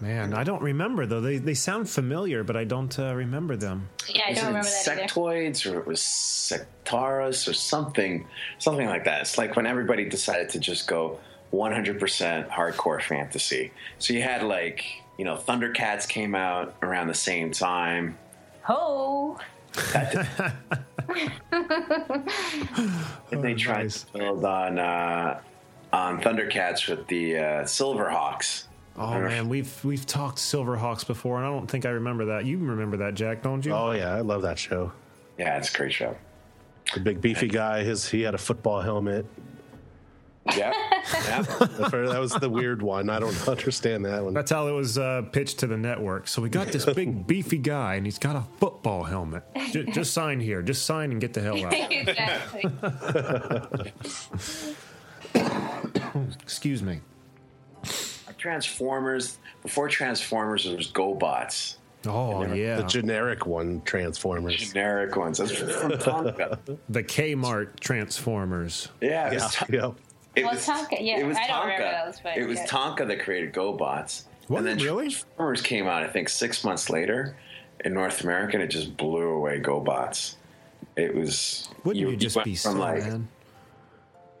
Speaker 3: Man, I don't remember though. They they sound familiar, but I don't uh, remember them.
Speaker 5: Yeah, I don't remember that either.
Speaker 6: Sectoids, or it was Sectaris, or something, something like that. It's like when everybody decided to just go 100% hardcore fantasy. So you had like, you know, Thundercats came out around the same time.
Speaker 5: Ho!
Speaker 6: And they tried to build on uh, on Thundercats with the uh, Silverhawks.
Speaker 3: Oh man, we've we've talked Silverhawks before, and I don't think I remember that. You remember that, Jack, don't you?
Speaker 4: Oh yeah, I love that show.
Speaker 6: Yeah, it's a great show.
Speaker 4: The big beefy guy. His he had a football helmet.
Speaker 6: Yeah,
Speaker 4: that was the weird one. I don't understand that one.
Speaker 3: That's how it was uh, pitched to the network. So we got this big beefy guy, and he's got a football helmet. Just, just sign here. Just sign and get the hell out.
Speaker 5: exactly.
Speaker 3: Excuse me.
Speaker 6: Transformers. Before Transformers, there was GoBots.
Speaker 3: Oh yeah,
Speaker 4: The generic one, Transformers.
Speaker 6: Generic ones. That's from Tonka.
Speaker 3: the Kmart Transformers.
Speaker 6: Yeah, it was
Speaker 4: yeah.
Speaker 6: It
Speaker 5: Well,
Speaker 6: was
Speaker 5: Tonka- yeah,
Speaker 6: it was
Speaker 5: I don't remember
Speaker 6: Tonka.
Speaker 5: those, but
Speaker 6: it was
Speaker 5: yeah.
Speaker 6: Tonka that created GoBots. What, and then really? Transformers came out, I think, six months later in North America, and it just blew away GoBots. It was.
Speaker 3: Wouldn't you just
Speaker 6: went
Speaker 3: be
Speaker 6: from
Speaker 3: so
Speaker 6: like,
Speaker 3: mad?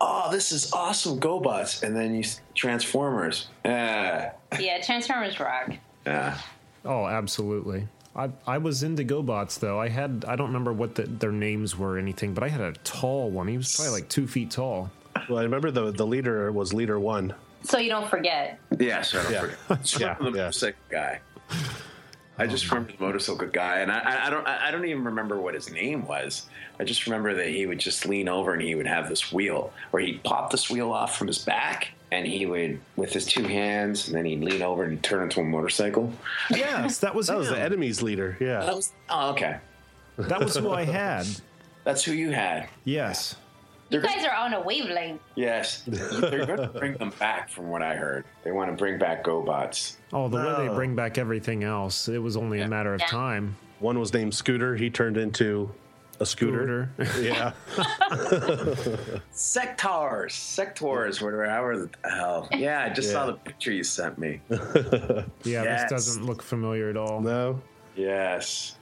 Speaker 6: oh, this is awesome, GoBots, and then you s- Transformers. Uh, Yeah,
Speaker 5: yeah, Transformers rock.
Speaker 6: yeah.
Speaker 3: Oh, absolutely. I, I was into GoBots though. I had I don't remember what the, their names were or anything, but I had a tall one. He was probably like two feet tall.
Speaker 4: Well, I remember the the leader was leader one.
Speaker 5: So you don't forget.
Speaker 6: Yeah, sure. I don't
Speaker 4: Yeah. Oh,
Speaker 6: forget. Sure, the motorcycle guy. I just remember the motorcycle guy, and I- I, I don't, I I don't even remember what his name was. I just remember that he would just lean over and he would have this wheel where he'd pop this wheel off from his back, and he would with his two hands, and then he'd lean over and turn into a motorcycle.
Speaker 3: Yes, that was
Speaker 4: that was
Speaker 3: him.
Speaker 4: the enemy's leader. Yeah,
Speaker 6: That was oh, okay.
Speaker 3: That was who I had.
Speaker 6: That's who you had.
Speaker 3: Yes.
Speaker 5: You guys are on a wavelength.
Speaker 6: Yes, they're going to bring them back, from what I heard. They want to bring back GoBots.
Speaker 3: Oh, the way they
Speaker 4: No.
Speaker 3: bring back everything else, it was only a matter of
Speaker 5: Yeah.
Speaker 3: time.
Speaker 4: One was named Scooter. He turned into a scooter. yeah.
Speaker 6: Sectars, sectors, whatever, however the hell. Yeah, I just saw
Speaker 4: Yeah.
Speaker 6: the picture you sent me.
Speaker 3: Yeah,
Speaker 6: Yes.
Speaker 3: this doesn't look familiar at all.
Speaker 4: No.
Speaker 6: Yes.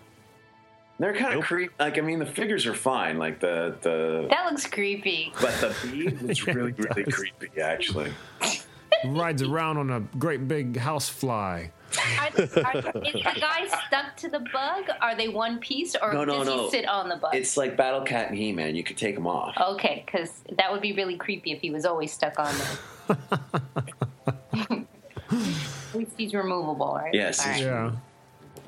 Speaker 6: They're kind of creepy. Like, I mean, the figures are fine. Like the the,
Speaker 5: That looks creepy.
Speaker 6: but the bead was really really creepy. Actually,
Speaker 3: Rides around on a great big house fly.
Speaker 5: Are, are, is the guy stuck to the bug? Are they one piece, or
Speaker 6: No, no,
Speaker 5: does
Speaker 6: no.
Speaker 5: he sit on the bug?
Speaker 6: it's like Battle Cat and He Man. You could take them off.
Speaker 5: Okay, because that would be really creepy if he was always stuck on there. At least he's removable, right? All right.
Speaker 4: Yeah.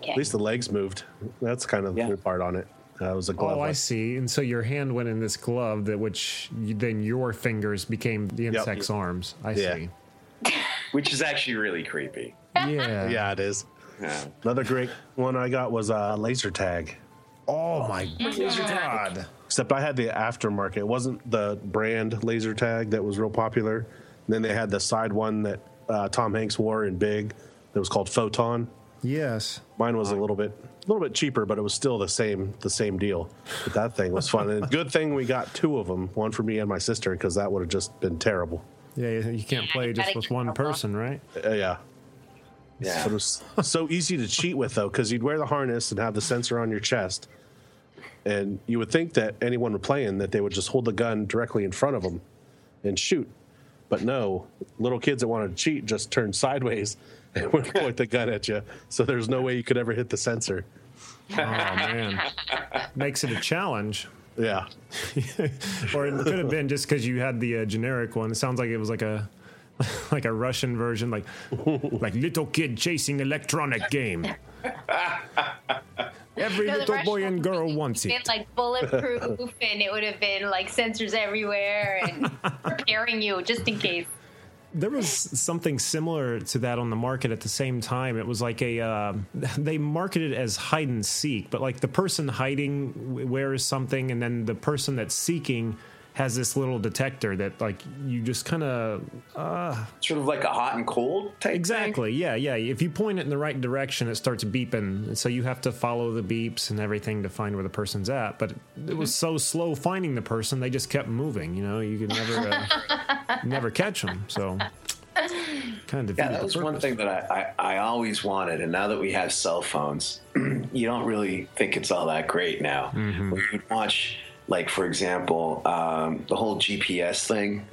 Speaker 5: Okay.
Speaker 4: At least the legs moved. That's kind of the weird part on it. That was a glove.
Speaker 3: Oh, I
Speaker 4: one.
Speaker 3: see. And so your hand went in this glove, that which you, then your fingers became the insect's arms. I
Speaker 4: Yeah.
Speaker 3: see.
Speaker 6: Which is actually really creepy.
Speaker 3: Yeah.
Speaker 4: Yeah, it is.
Speaker 6: Yeah.
Speaker 4: Another great one I got was uh, laser tag.
Speaker 3: Oh my
Speaker 6: Laser tag.
Speaker 3: god.
Speaker 4: Except I had the aftermarket. It wasn't the brand laser tag that was real popular. And then they had the side one that uh, Tom Hanks wore in Big that was called Photon.
Speaker 3: Yes.
Speaker 4: Mine was a little bit a little bit cheaper, but it was still the same the same deal. But that thing was fun. And good thing we got two of them, one for me and my sister, because that would have just been terrible.
Speaker 3: Yeah, you- you can't play just
Speaker 5: gotta
Speaker 3: with one person, right?
Speaker 4: Uh, yeah.
Speaker 6: Yeah.
Speaker 4: But it was so easy to cheat with though, because you'd wear the harness and have the sensor on your chest, and you would think that anyone would play in that they would just hold the gun directly in front of them and shoot. But no, little kids that wanted to cheat just turned sideways and would point the gun at you. So there's no way you could ever hit the sensor.
Speaker 3: Oh man, makes it a challenge.
Speaker 4: Yeah.
Speaker 3: or it could have been just because you had the uh, generic one. It sounds like it was like a like a Russian version, like like little kid chasing electronic game. Every
Speaker 5: No, the
Speaker 3: little
Speaker 5: Russian
Speaker 3: boy and girl wants
Speaker 5: been
Speaker 3: it.
Speaker 5: like bulletproof and it would have been like sensors everywhere and preparing you just in case.
Speaker 3: There was something similar to that on the market at the same time. It was like a uh, they marketed it as hide and seek, but like the person hiding w- wears something, and then the person that's seeking has this little detector that like you just kind of uh,
Speaker 6: sort of like a hot and cold type.
Speaker 3: Exactly. Yeah, yeah. If you point it in the right direction, it starts beeping, and so you have to follow the beeps and everything to find where the person's at. But it was so slow finding the person; they just kept moving. You know, you could never uh, never catch them. So kind of
Speaker 6: Yeah, that was one thing that I, I, I always wanted, and now that we have cell phones, you don't really think it's all that great now. We would watch, like for example, um, the whole GPS thing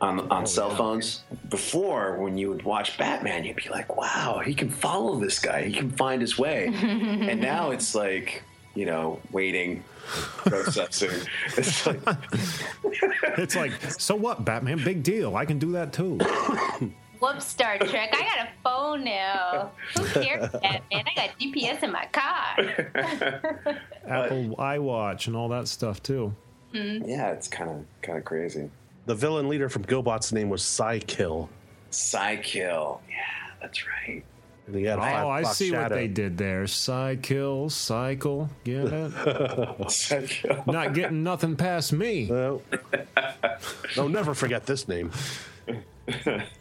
Speaker 6: on on cell phones. Before, when you would watch Batman, you'd be like, "Wow, he can follow this guy. He can find his way." and now it's like, you know, waiting, processing. it's like
Speaker 3: it's like so what, Batman? Big deal. I can do that too.
Speaker 5: Whoops, Star Trek. I got a phone now. Who cares, that, man? I got GPS in my car.
Speaker 3: Apple iWatch and all that stuff too.
Speaker 6: Yeah, it's kind of kind of crazy.
Speaker 4: The villain leader from GoBot's name was Psykill.
Speaker 6: Psykill. Yeah, that's right.
Speaker 4: And he had
Speaker 3: oh,
Speaker 4: five
Speaker 3: I
Speaker 4: o'clock
Speaker 3: see what
Speaker 4: shadow.
Speaker 3: they did there. Psykill, cycle. Get
Speaker 6: it?
Speaker 3: Not getting nothing past me.
Speaker 4: No. They'll never forget this name.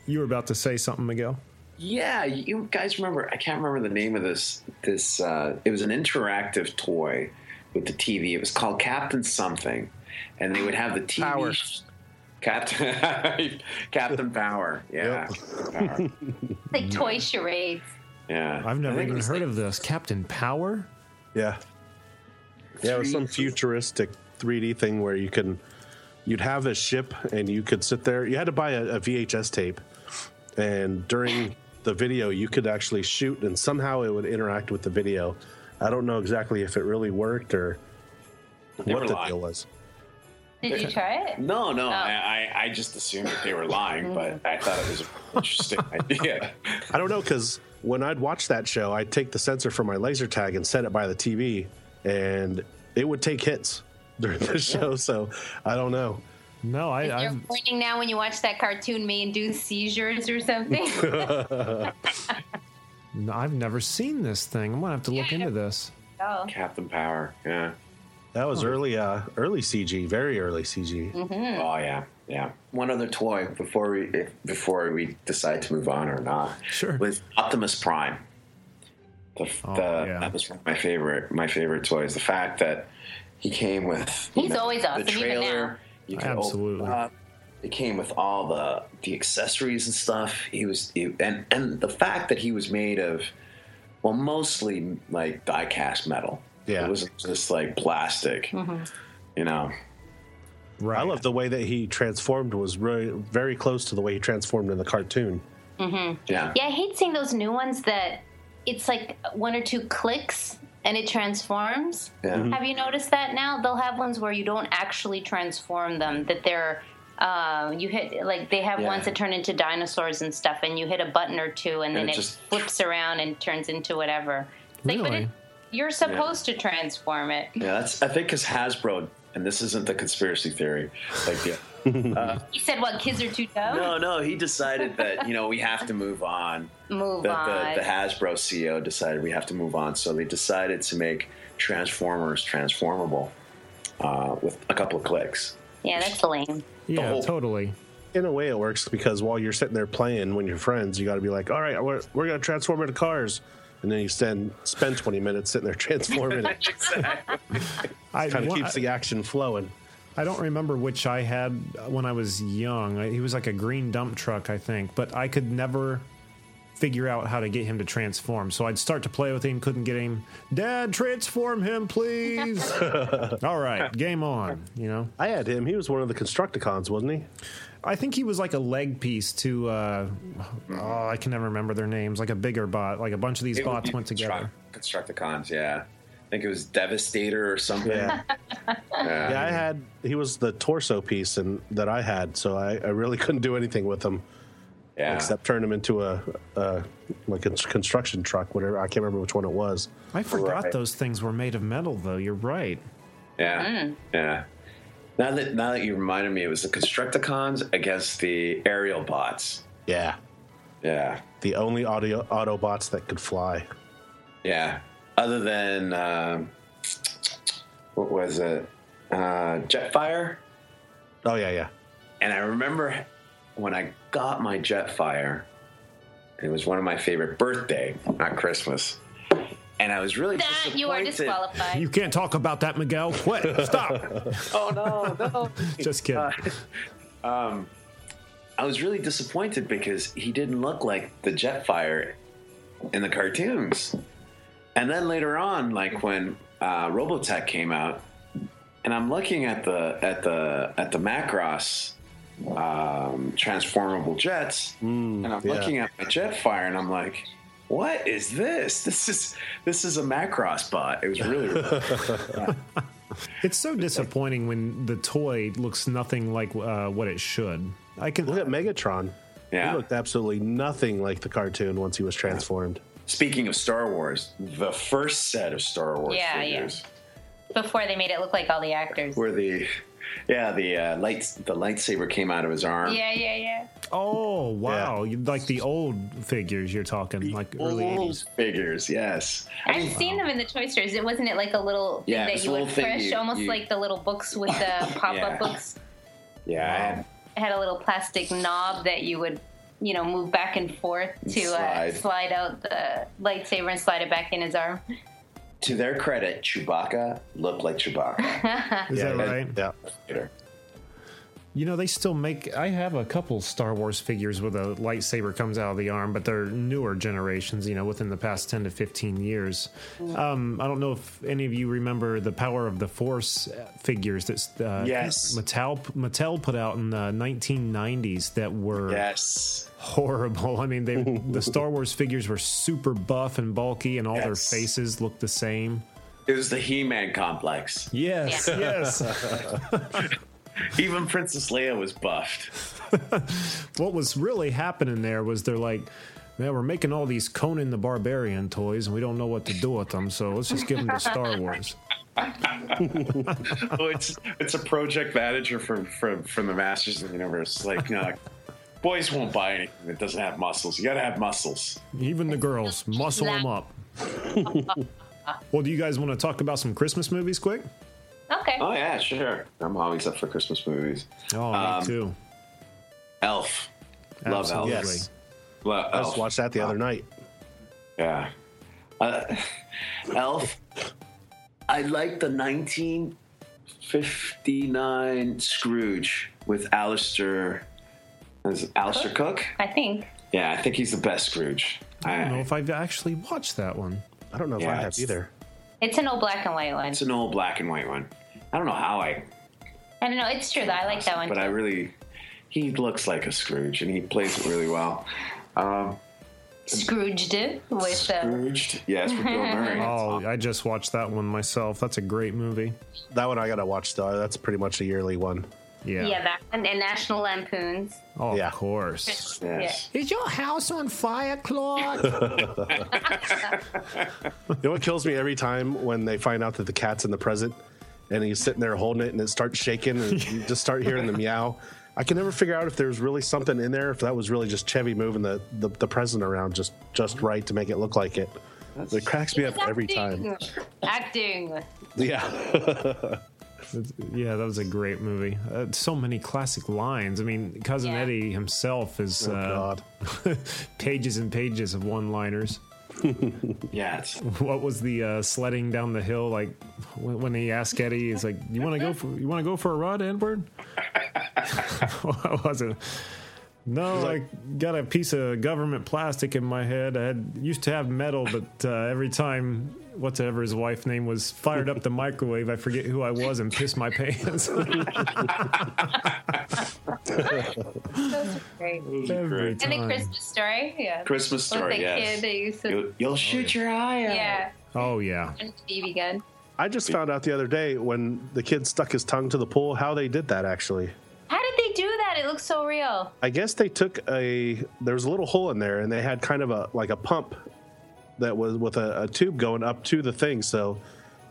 Speaker 3: You were about to say something, Miguel.
Speaker 6: Yeah, you guys remember? I can't remember the name of this. This uh, it was an interactive toy with the TV. It was called Captain Something, and they would have the TV. sh- Captain Captain Power. Yeah, Captain Power.
Speaker 5: like toy charades.
Speaker 6: yeah.
Speaker 3: I've never
Speaker 6: think it
Speaker 3: even
Speaker 6: was
Speaker 3: heard of this. Captain Power?
Speaker 4: Yeah. Yeah, it was some futuristic 3D thing where you can you'd have a ship and you could sit there. You had to buy a, a VHS tape, and during the video, you could actually shoot, and somehow it would interact with the video. I don't know exactly if it really worked or
Speaker 6: They were
Speaker 4: what the
Speaker 6: lying.
Speaker 4: deal was.
Speaker 5: Did you try it?
Speaker 6: No, no, I, I, I just assumed that they were lying, but I thought it was an interesting idea.
Speaker 4: I don't know because when I'd watch that show, I'd take the sensor from my laser tag and set it by the TV, and it would take hits during the show. So I don't know.
Speaker 3: No, I.
Speaker 5: You're pointing now when you watch that cartoon may induce seizures or something.
Speaker 3: No, I've never seen this thing. I'm gonna have to look into this.
Speaker 5: oh.
Speaker 6: Captain Power. Yeah.
Speaker 4: That was early, uh, early CG, very early CG.
Speaker 6: Oh yeah, yeah. One other toy before we if, before we decide to move on or not.
Speaker 3: Sure.
Speaker 6: With Optimus Prime, the, the that was one of my favorite my favorite toys. The fact that he came with you
Speaker 5: He's always awesome,
Speaker 6: The
Speaker 5: even
Speaker 6: trailer,
Speaker 5: now.
Speaker 6: you could absolutely. it came with all the the accessories and stuff. He was he- and and the fact that he was made of well mostly like die cast metal.
Speaker 4: Yeah.
Speaker 6: It wasn't just like plastic.
Speaker 5: Mm-hmm.
Speaker 6: You know.
Speaker 3: Right.
Speaker 4: I love the way that he transformed was really very close to the way he transformed in the cartoon.
Speaker 5: hmm
Speaker 4: Yeah.
Speaker 5: Yeah, I hate seeing those new ones that it's like one or two clicks and it transforms.
Speaker 4: Yeah.
Speaker 6: Mm-hmm.
Speaker 4: Mhm.
Speaker 5: Have you noticed that now? They'll have ones where you don't actually transform them, that they're. Uh, you hit like they have
Speaker 6: Yeah.
Speaker 5: ones that turn into dinosaurs and stuff, and you hit a button or two, and,
Speaker 6: And
Speaker 5: then
Speaker 6: it
Speaker 5: it
Speaker 6: just-
Speaker 5: flips around and turns into whatever. It's like, but
Speaker 6: Really?
Speaker 5: it, you're supposed to transform it.
Speaker 6: Yeah, that's I think because Hasbro, and this isn't the conspiracy theory. Like, yeah, uh,
Speaker 5: You said what? Kids are too dumb.
Speaker 6: no, no, he decided that you know we have to move on.
Speaker 5: Move
Speaker 6: the,
Speaker 5: on.
Speaker 6: The, the Hasbro CEO decided we have to move on, so they decided to make Transformers transformable uh, with a couple of clicks.
Speaker 5: yeah, that's lame.
Speaker 3: Yeah, totally.
Speaker 4: In a way, it works because while you're sitting there playing when you're friends, you got to be like, "All right, we're, we're going to transform into cars," and then you spend spend 20 minutes sitting there transforming. it
Speaker 3: I
Speaker 4: kind of
Speaker 3: wa-
Speaker 4: keeps the action flowing.
Speaker 3: I don't remember which I had when I was young. I- He was like a green dump truck, I think, but I could never figure out how to get him to transform. So I'd start to play with him, couldn't get him. Dad, transform him, please. All right, game on. You know,
Speaker 4: I had him. He was one of the Constructicons, wasn't he?
Speaker 3: I think he was like a leg piece to. Uh, oh, I can never remember their names. Like a bigger bot. Like a bunch of these
Speaker 6: It would
Speaker 3: bots
Speaker 6: be
Speaker 3: went together.
Speaker 6: Construct- Constructicons, yeah. I think it was Devastator or something.
Speaker 4: Yeah.
Speaker 6: Yeah.
Speaker 4: Yeah, I had. He was the torso piece and that I had, so I, I really couldn't do anything with him.
Speaker 6: Yeah.
Speaker 4: Except turn him into a, a like a construction truck, whatever. I can't remember which one it was.
Speaker 3: I forgot
Speaker 4: Right.
Speaker 3: those things were made of metal, though. You're right.
Speaker 6: Yeah,
Speaker 5: Hmm.
Speaker 6: yeah. Now that now that you reminded me, it was the Constructicons against the aerial bots.
Speaker 4: Yeah.
Speaker 6: Yeah,
Speaker 4: The only audio Autobots that could fly.
Speaker 6: yeah. Other than um what was it? Uh, Jetfire.
Speaker 4: Oh yeah, yeah.
Speaker 6: And I remember when I got my Jetfire. It was one of my favorite birthday, not Christmas. And I was really
Speaker 5: That you are disqualified.
Speaker 3: You can't talk about that, Miguel. What? Stop.
Speaker 6: oh no, no.
Speaker 3: Just kidding.
Speaker 6: um, I was really disappointed because he didn't look like the Jetfire in the cartoons. And then later on, like when uh, Robotech came out, and I'm looking at the at the at the Macross um, transformable jets, and I'm
Speaker 4: Hmm, yeah.
Speaker 6: looking at my Jetfire, and I'm like. What is this? This is this is a Macross bot. It was really,
Speaker 3: It's so disappointing when the toy looks nothing like uh, what it should. I can
Speaker 4: look at Megatron.
Speaker 6: Yeah.
Speaker 4: He looked absolutely nothing like the cartoon once he was transformed.
Speaker 6: Speaking of Star Wars, the first set of Star Wars
Speaker 5: Yeah, yeah.
Speaker 6: figures
Speaker 5: Before they made it look like all the actors.
Speaker 6: where the yeah the uh, lights the lightsaber came out of his arm.
Speaker 5: Yeah, yeah, yeah.
Speaker 3: Oh wow! You- Like the old figures you're talking, like early
Speaker 6: Old
Speaker 3: 80s.
Speaker 6: figures, yes.
Speaker 5: I've seen them in the toy stores. It wasn't it like a little
Speaker 6: Yeah,
Speaker 5: thing
Speaker 6: it's
Speaker 5: that you
Speaker 6: a
Speaker 5: would
Speaker 6: little thing
Speaker 5: push,
Speaker 6: you-
Speaker 5: almost
Speaker 6: you-
Speaker 5: like the little books with the pop-up
Speaker 6: Yeah.
Speaker 5: books.
Speaker 6: Yeah,
Speaker 5: It had a little plastic knob that you would, you know, move back and forth to Uh,
Speaker 6: Slide.
Speaker 5: slide out the lightsaber and slide it back in his arm.
Speaker 6: to their credit, Chewbacca looked like Chewbacca.
Speaker 3: Is that right?
Speaker 4: Yeah.
Speaker 3: You know, they still make. I have a couple Star Wars figures where the lightsaber comes out of the arm, but they're newer generations. You know, within the past ten to fifteen years. Um, I don't know if any of you remember the Power of the Force uh, figures that uh,
Speaker 6: Yes.
Speaker 3: Mattel Mattel put out in the nineteen nineties that were
Speaker 6: yes
Speaker 3: horrible. I mean, they the Star Wars figures were super buff and bulky, and all their faces looked the same.
Speaker 6: It was the He-Man complex.
Speaker 3: Yes, Yeah. yes.
Speaker 6: Even Princess Leia was buffed.
Speaker 3: what was really happening there was they're like, man, we're making all these Conan the Barbarian toys and we don't know what to do with them, so let's just give them to Star Wars.
Speaker 6: oh, it's it's a project manager from from from the Masters of the Universe. Like, you know, like, boys won't buy anything that doesn't have muscles. You gotta have muscles.
Speaker 3: Even the girls, muscle them up. well, do you guys want to talk about some Christmas movies quick?
Speaker 5: Okay.
Speaker 6: Oh yeah, sure. I'm always up for Christmas movies.
Speaker 3: Oh, me
Speaker 6: Um,
Speaker 3: too.
Speaker 6: Elf. Love Elf.
Speaker 3: Absolutely.
Speaker 4: Yes.
Speaker 6: Love
Speaker 4: I just
Speaker 6: Elf.
Speaker 4: watched that the other night.
Speaker 6: Yeah. Uh, Elf. I like the 1959 Scrooge with Alistair. Is it Alistair Cook?
Speaker 5: I think.
Speaker 6: Yeah, I think he's the best Scrooge.
Speaker 3: I don't know if I've actually watched that one.
Speaker 4: I don't know
Speaker 6: if I Yeah, have it's- either.
Speaker 5: It's an old black and white one.
Speaker 6: It's an old black and white one. I don't know how I,
Speaker 5: I don't know. It's true though. I like that one.
Speaker 6: but I really. He looks like a Scrooge, and he plays it really well. Um,
Speaker 5: Scrooged it with uh,
Speaker 6: Scrooged. Yes, with Bill Murray.
Speaker 3: Oh, I just watched that one myself. That's a great movie.
Speaker 4: That one I gotta watch though. That's pretty much a yearly one.
Speaker 5: yeah. that one and National Lampoons.
Speaker 3: Oh, of course.
Speaker 5: Yes.
Speaker 3: Is your house on fire, Claude?
Speaker 4: You know what kills me every time when they find out that the cat's in the present and he's sitting there holding it and it starts shaking and you just start hearing the meow. I can never figure out if there's really something in there, if that was really just Chevy moving the, the, the present around just, just right to make it look like it. it cracks me up every time.
Speaker 5: Acting.
Speaker 4: Yeah.
Speaker 3: Yeah, that was a great movie. Uh, so many classic lines. I mean, Cousin Eddie himself is
Speaker 4: Oh,
Speaker 3: uh, pages and pages of one-liners.
Speaker 6: yeah. It's,
Speaker 3: What was the uh, sledding down the hill like? When, when he asked Eddie, he's like, "You want to go for you want to go for a ride, Edward?" what was it? No, I got a piece of government plastic in my head. I had, used to have metal, but uh, every time whatever his wife name was fired up the microwave, I forget who I was and pissed my pants.
Speaker 5: Those are great.
Speaker 3: Every
Speaker 5: And
Speaker 3: time.
Speaker 5: the Christmas story. Yeah.
Speaker 6: Christmas Story,
Speaker 5: With the
Speaker 6: yes.
Speaker 5: kid that used to.
Speaker 6: You'll, you'll shoot your eye out.
Speaker 5: yeah.
Speaker 3: Oh yeah.
Speaker 5: And the BB gun.
Speaker 4: I just found out the other day when the kid stuck his tongue to the pool how they did that actually.
Speaker 5: How did they do that? It looks so real.
Speaker 4: I guess they took a there was a little hole in there, and they had kind of a like a pump that was with a, a tube going up to the thing. So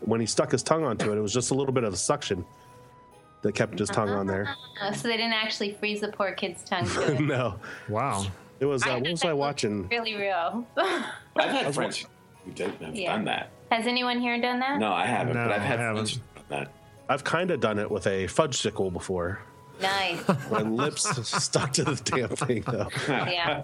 Speaker 4: when he stuck his tongue onto it, it was just a little bit of suction that kept his tongue on there.
Speaker 5: Uh, So they didn't actually freeze the poor kid's tongue. To it.
Speaker 4: no,
Speaker 3: wow,
Speaker 4: it was. Uh, what was I watching?
Speaker 5: really real.
Speaker 6: I've had friends who did, have
Speaker 5: Yeah.
Speaker 6: done that.
Speaker 5: Has anyone here done that?
Speaker 6: No, I haven't, but I've had
Speaker 4: I
Speaker 6: friends who've done that.
Speaker 4: I've kind of done it with a fudge sickle before.
Speaker 5: Nice.
Speaker 4: My lips stuck to the damn thing, though.
Speaker 5: Yeah.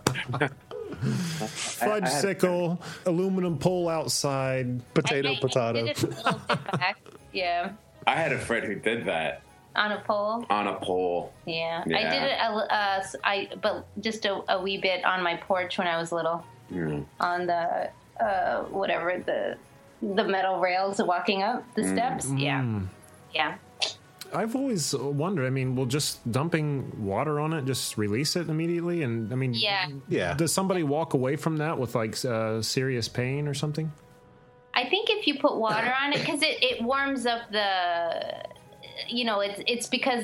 Speaker 3: Fudge sickle, aluminum pole outside,
Speaker 5: I- I- I did it a little bit back. Yeah.
Speaker 6: I had a friend who did that
Speaker 5: On a pole.
Speaker 6: on a pole.
Speaker 5: Yeah. I
Speaker 6: Yeah.
Speaker 5: did it. a li- Uh, s- I but just a, a wee bit on my porch when I was little.
Speaker 6: Mm.
Speaker 5: On the uh, whatever the the metal rails walking up the
Speaker 6: Mm.
Speaker 5: steps. Yeah. Yeah.
Speaker 3: I've always wondered. I mean, will just dumping water on it just release it immediately? And I mean,
Speaker 5: Yeah.
Speaker 3: yeah. Does somebody walk away from that with like uh, serious pain or something?
Speaker 5: I think if you put water on it, because it, it warms up the, you know, it's it's because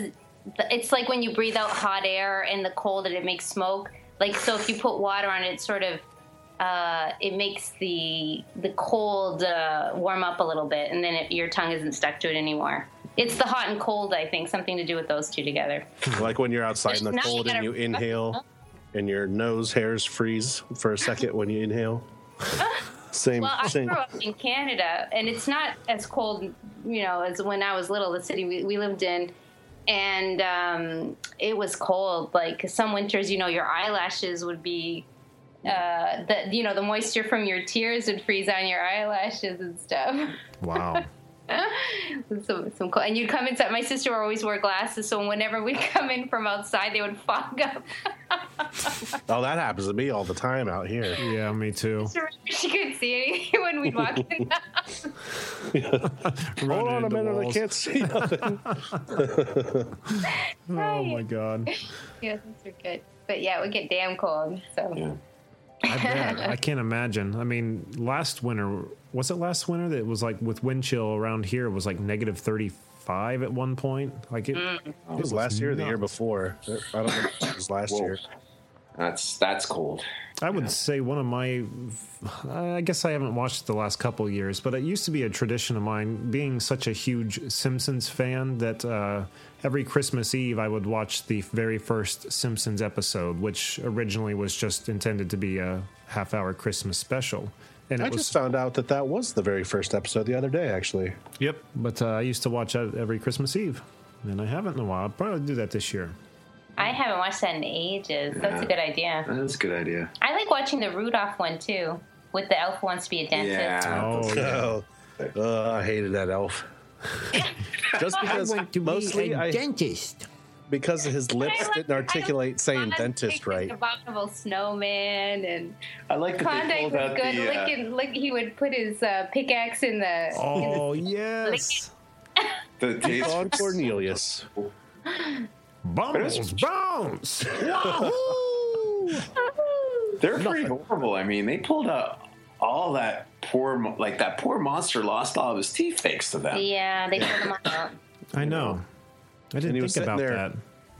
Speaker 5: the, it's like when you breathe out hot air in the cold and it makes smoke. Like so, if you put water on it, it sort of uh, it makes the the cold uh, warm up a little bit, and then it, your tongue isn't stuck to it anymore. It's the hot and cold, I think, something to do with those two together.
Speaker 4: like when you're outside in the
Speaker 5: Now you
Speaker 4: cold and
Speaker 5: gotta-
Speaker 4: you inhale and your nose hairs freeze for a second when you inhale. Same,
Speaker 5: Well, I
Speaker 4: same.
Speaker 5: grew up in Canada, and it's not as cold, you know, as when I was little. The city we, we lived in, and um, it was cold. Like some winters, you know, your eyelashes would be, uh, the you know, the moisture from your tears would freeze on your eyelashes and stuff.
Speaker 3: Wow.
Speaker 5: some, some cold, and you'd come inside. My sister always wore glasses, so whenever we'd come in from outside, they would fog up.
Speaker 4: Oh, that happens to me all the time out here.
Speaker 3: Yeah, me too.
Speaker 5: she couldn't see anything when we'd walk in.
Speaker 4: Hold on a
Speaker 3: into
Speaker 4: minute,
Speaker 3: walls.
Speaker 4: I can't see nothing.
Speaker 3: Oh my god.
Speaker 5: yeah, those are good. But yeah, it would get damn cold. So
Speaker 3: I bet. I can't imagine. I mean, last winter was it last winter that it was like with wind chill around here it was like negative thirty five at one point. Like it,
Speaker 5: Mm.
Speaker 4: It was last year or the year
Speaker 3: nuts.
Speaker 4: before. I don't know if it was last year.
Speaker 6: That's that's cold.
Speaker 3: I would say one of my, I guess I haven't watched the last couple years, but it used to be a tradition of mine being such a huge Simpsons fan that uh, every Christmas Eve I would watch the very first Simpsons episode, which originally was just intended to be a half hour Christmas special. And
Speaker 4: I
Speaker 3: it was,
Speaker 4: just uh, found out that that was the very first episode the other day, actually.
Speaker 3: yep. But uh, I used to watch that every Christmas Eve, and I haven't in a while. I'll probably do that this year.
Speaker 5: I haven't watched that in ages. That's a
Speaker 3: Yeah.
Speaker 5: good idea.
Speaker 6: That's a good idea.
Speaker 5: I like watching the Rudolph one too, with the elf wants to be a dentist.
Speaker 4: Oh,
Speaker 3: yeah.
Speaker 4: Uh, I hated that elf. Just because mostly I,
Speaker 5: dentist.
Speaker 4: because his lips didn't articulate saying dentist right.
Speaker 5: Abominable snowman and
Speaker 6: I like that they
Speaker 5: Klondike
Speaker 6: pulled
Speaker 5: was
Speaker 6: out
Speaker 5: good.
Speaker 6: the. uh,
Speaker 5: Licking, lick, he would put his uh, pickaxe in the.
Speaker 3: Oh yes,
Speaker 6: the taste
Speaker 4: on Cornelius.
Speaker 3: Bones, bones.
Speaker 6: They're pretty horrible. I mean, they pulled out all that poor, mo- like that poor monster lost all of his teeth thanks to them.
Speaker 5: Yeah, they pulled him out.
Speaker 3: I know. I didn't think about that.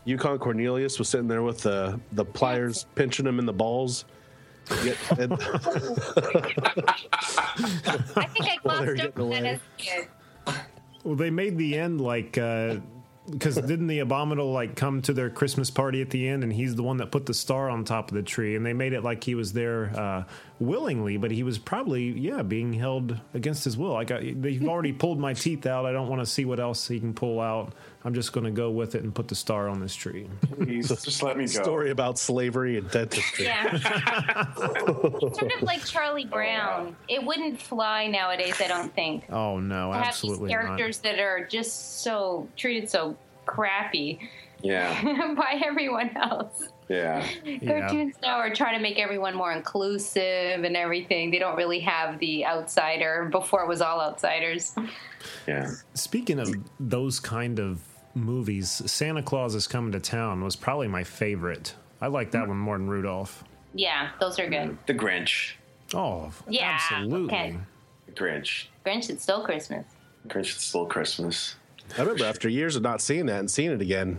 Speaker 4: Yukon Cornelius was sitting there with the the pliers pinching him in the balls. Yet- and-
Speaker 5: I think I
Speaker 3: While they're
Speaker 5: glossed
Speaker 3: getting
Speaker 5: over that
Speaker 3: away.
Speaker 5: as a kid.
Speaker 3: Well, they made the end like because didn't the abominable like come to their Christmas party at the end, and he's the one that put the star on top of the tree, and they made it like he was there uh, willingly, but he was probably yeah being held against his will. Like I, they've already pulled my teeth out. I don't want to see what else he can pull out. I'm just going to go with it and put the star on this tree.
Speaker 6: Please, just let me go.
Speaker 4: Story about slavery and dentistry.
Speaker 5: Sort of like Charlie Brown. It wouldn't fly nowadays, I don't think.
Speaker 3: Oh no,
Speaker 5: to have
Speaker 3: absolutely
Speaker 5: these
Speaker 3: not.
Speaker 5: characters that are just so treated so crappy
Speaker 6: Yeah,
Speaker 5: by everyone else.
Speaker 6: yeah.
Speaker 5: Cartoons now are trying to make everyone more inclusive and everything. They don't really have the outsider. Before it was all outsiders.
Speaker 6: Yeah.
Speaker 3: Speaking of those kind of movies, Santa Claus is Coming to Town was probably my favorite. I like
Speaker 5: Mm.
Speaker 3: that one more than Rudolph.
Speaker 5: Yeah, those are good.
Speaker 6: The Grinch.
Speaker 3: Oh,
Speaker 5: Yeah,
Speaker 3: absolutely.
Speaker 5: okay.
Speaker 6: The Grinch.
Speaker 5: Grinch, it's still Christmas.
Speaker 6: Grinch, it's still Christmas.
Speaker 4: I remember after years of not seeing that and seeing it again,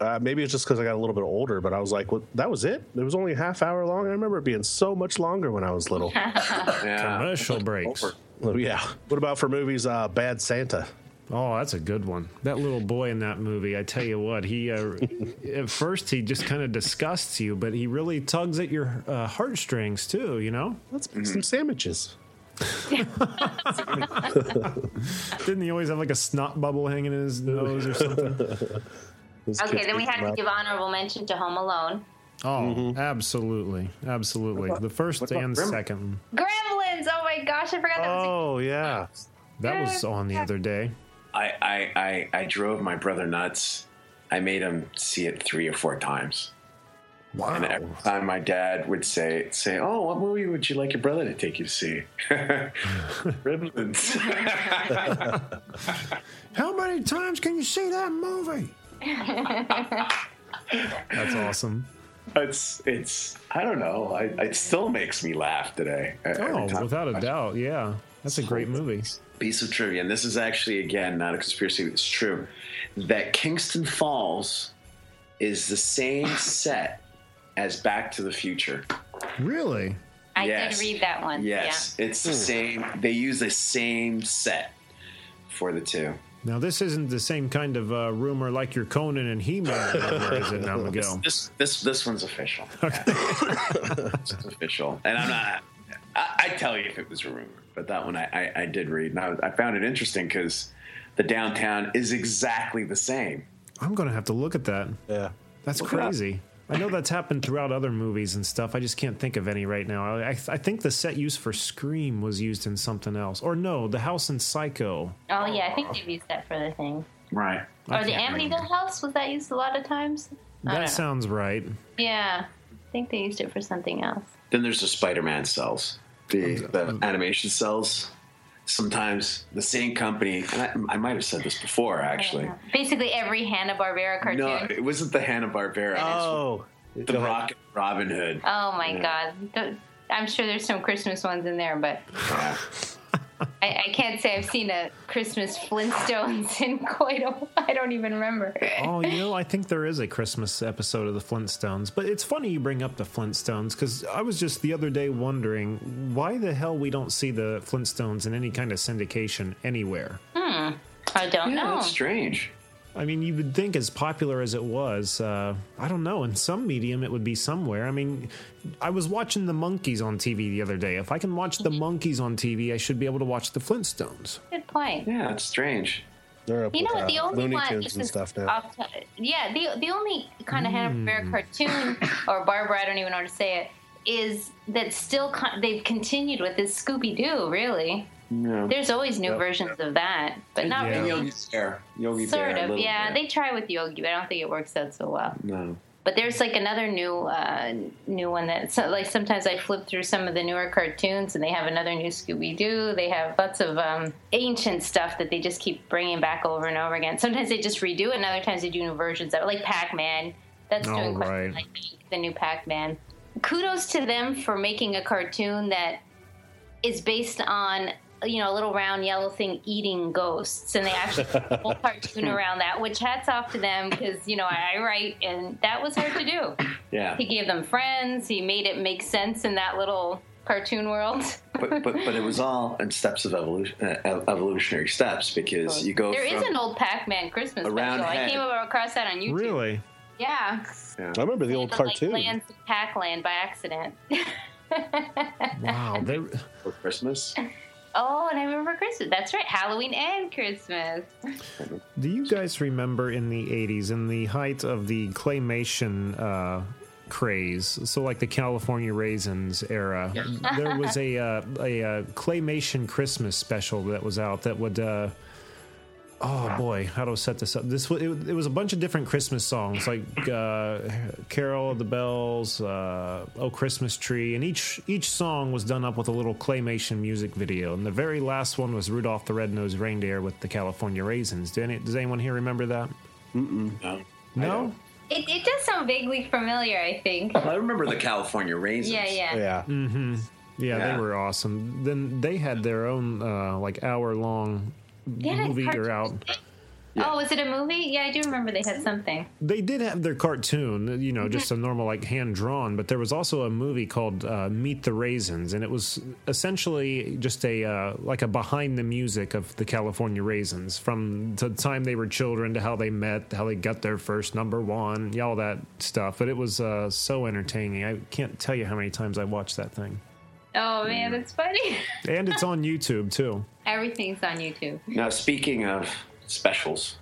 Speaker 4: Uh, maybe it's just because I got a little bit older, but I was like, well, that was it. It was only a half hour long. I remember it being so much longer when I was little.
Speaker 5: Uh,
Speaker 3: Commercial breaks.
Speaker 4: Well, yeah. What about for movies? Uh, Bad Santa.
Speaker 3: Oh, that's a good one. That little boy in that movie, I tell you what, he uh, at first he just kind of disgusts you, but he really tugs at your uh, heartstrings too. You know,
Speaker 4: let's make
Speaker 3: Mm-hmm.
Speaker 4: some sandwiches.
Speaker 3: Didn't he always have like a snot bubble hanging in his nose or something?
Speaker 5: Okay, then we have to give honorable mention to Home Alone.
Speaker 3: Oh, absolutely, absolutely. the first
Speaker 5: about
Speaker 3: and
Speaker 5: Gremlins?
Speaker 3: second.
Speaker 5: Gremlins! Oh my gosh, I forgot that was.
Speaker 3: Oh yeah, that was on the other day.
Speaker 6: I, I, I, I drove my brother nuts. I made him see it three or four times. Wow. And every
Speaker 4: Oh.
Speaker 6: time my dad would say, say, Oh, what movie would you like your brother to take you to see? Gremlins.
Speaker 3: How many times can you see that movie? That's awesome.
Speaker 6: It's it's I don't know. I, it still makes me laugh today. e-,
Speaker 3: Oh, without a doubt, yeah. That's a great movie.
Speaker 6: Piece of trivia, and this is actually again not a conspiracy. It's true that Kingston Falls is the same set as Back to the Future.
Speaker 3: Really?
Speaker 5: I
Speaker 6: Yes.
Speaker 5: did read that one.
Speaker 6: Yes, it's the same. They use the same set for the two.
Speaker 3: Now this isn't the same kind of uh, rumor like your Conan and He-Man rumor, is it,
Speaker 6: This,
Speaker 3: Namago?
Speaker 6: this this this one's official. this is official, and I'm not. I, I tell you if it was a rumor, but that one I, I, I did read, and I, was- I found it interesting because the downtown is exactly the same.
Speaker 3: I'm gonna have to look at that.
Speaker 4: Yeah,
Speaker 3: that's
Speaker 6: Look it up.
Speaker 3: crazy. I know that's happened throughout other movies and stuff. I just can't think of any right now. I, I, I think the set used for Scream was used in something else, or no, the house in Psycho.
Speaker 5: Yeah. Oh yeah, I think they've used that for the thing.
Speaker 6: Right.
Speaker 5: or the Amityville house was that used a lot of times? I don't know.
Speaker 3: That sounds right.
Speaker 5: Yeah, I think they used it for something else.
Speaker 6: Then there's the Spider-Man cells, the, the animation cells. Sometimes the same company, and I, I might have said this before actually.
Speaker 5: Basically, every Hanna Barbera cartoon.
Speaker 6: No, it wasn't the Hanna Barbera.
Speaker 4: Oh,
Speaker 6: the Rocket Robin Hood.
Speaker 5: Oh my
Speaker 6: Yeah.
Speaker 5: God! Th- I'm sure there's some Christmas ones in there, but I, I can't say I've seen a Christmas Flintstones in quite a while. I don't even remember.
Speaker 3: oh, you know, I think there is a Christmas episode of the Flintstones, but it's funny you bring up the Flintstones because I was just the other day wondering why the hell we don't see the Flintstones in any kind of syndication anywhere.
Speaker 5: Hmm. I don't
Speaker 6: Yeah,
Speaker 5: know.
Speaker 6: that's strange.
Speaker 3: I mean, you would think as popular as it was, uh, I don't know, in some medium it would be somewhere. I mean, I was watching the Monkeys on TV the other day. If I can watch the Monkeys on TV, I should be able to watch the Flintstones.
Speaker 5: Good point.
Speaker 6: Yeah, it's strange.
Speaker 4: They're up
Speaker 5: You know
Speaker 4: with,
Speaker 5: what? The
Speaker 4: uh,
Speaker 5: only
Speaker 4: Looney
Speaker 5: one
Speaker 4: Tunes
Speaker 5: this
Speaker 4: and
Speaker 5: is
Speaker 4: stuff now.
Speaker 5: off to- yeah, the the only kind of
Speaker 6: Hmm.
Speaker 5: Hanna Barbera cartoon or Barbara, I don't even know how to say it, is that still con- they've continued with is Scooby Doo. Really,
Speaker 6: Yeah.
Speaker 5: there's always new
Speaker 6: Hmm. Yep.
Speaker 5: versions of that, but not
Speaker 6: And
Speaker 5: really.
Speaker 6: Yogi Bear. Yogi
Speaker 5: Sort
Speaker 6: Bear, a
Speaker 5: of,
Speaker 6: little
Speaker 5: yeah.
Speaker 6: bit.
Speaker 5: They try with Yogi, but I don't think it works out so well.
Speaker 6: No.
Speaker 5: But there's like another new uh, new one that so, like sometimes I flip through some of the newer cartoons and they have another new Scooby Doo. They have lots of um, ancient stuff that they just keep bringing back over and over again. Sometimes they just redo it, and other times they do new versions of it, like Pac Man. That's
Speaker 3: All
Speaker 5: doing quite
Speaker 3: right.
Speaker 5: well, I think, the new Pac Man. Kudos to them for making a cartoon that is based on you know a little round yellow thing eating ghosts and they actually did a whole cartoon around that which hats off to them because you know i write and that was hard to do
Speaker 6: Yeah.
Speaker 5: he gave them friends he made it make sense in that little cartoon world
Speaker 6: but, but but it was all in steps of evolution, uh, ev- evolutionary steps because you go
Speaker 5: There is
Speaker 6: from
Speaker 5: an old pac-man christmas
Speaker 6: Around
Speaker 5: special i
Speaker 6: head.
Speaker 5: came across that on youtube
Speaker 3: Really?
Speaker 5: yeah
Speaker 4: I remember the old
Speaker 5: But,
Speaker 4: cartoon.
Speaker 5: like lands of pac-land by accident
Speaker 3: Wow. They're...
Speaker 6: For Christmas?
Speaker 5: oh and i remember christmas that's right halloween and christmas
Speaker 3: Do you guys remember in the 80s, in the height of the claymation uh, craze, so like the California Raisins era, there was a, uh, a uh, claymation Christmas special that was out that would. Uh, Oh boy, how do I set this up? This wa- it, it was a bunch of different Christmas songs, like uh, "Carol of the Bells," uh, "Oh Christmas Tree," and each each song was done up with a little claymation music video. And the very last one was Rudolph the Red-Nosed Reindeer with the California Raisins. Do any, does anyone here remember that?
Speaker 6: Mm-mm. No.
Speaker 3: No,
Speaker 5: it, it does sound vaguely familiar i think
Speaker 6: I remember the California raisins.
Speaker 5: Yeah, yeah.
Speaker 4: Oh, Yeah.
Speaker 3: Mm-hmm. Yeah,
Speaker 6: Yeah.
Speaker 3: they were awesome. Then they had their own uh, like hour long
Speaker 5: Yeah,
Speaker 3: movie
Speaker 5: cartoon.
Speaker 3: or out.
Speaker 5: Oh, was it a movie? Yeah, I do remember they had something.
Speaker 3: They did have their cartoon, you know, just a
Speaker 5: Mm-hmm.
Speaker 3: normal like hand drawn, but there was also a movie called uh, Meet the Raisins, and it was essentially just a uh, like a behind the music of the California Raisins from the time they were children to how they met, how they got their first number one, yeah, all that stuff. But it was uh, so entertaining. I can't tell you how many times I watched that thing,
Speaker 5: Oh man, that's funny.
Speaker 3: and it's on YouTube too.
Speaker 5: Everything's on YouTube.
Speaker 6: Now, speaking of specials,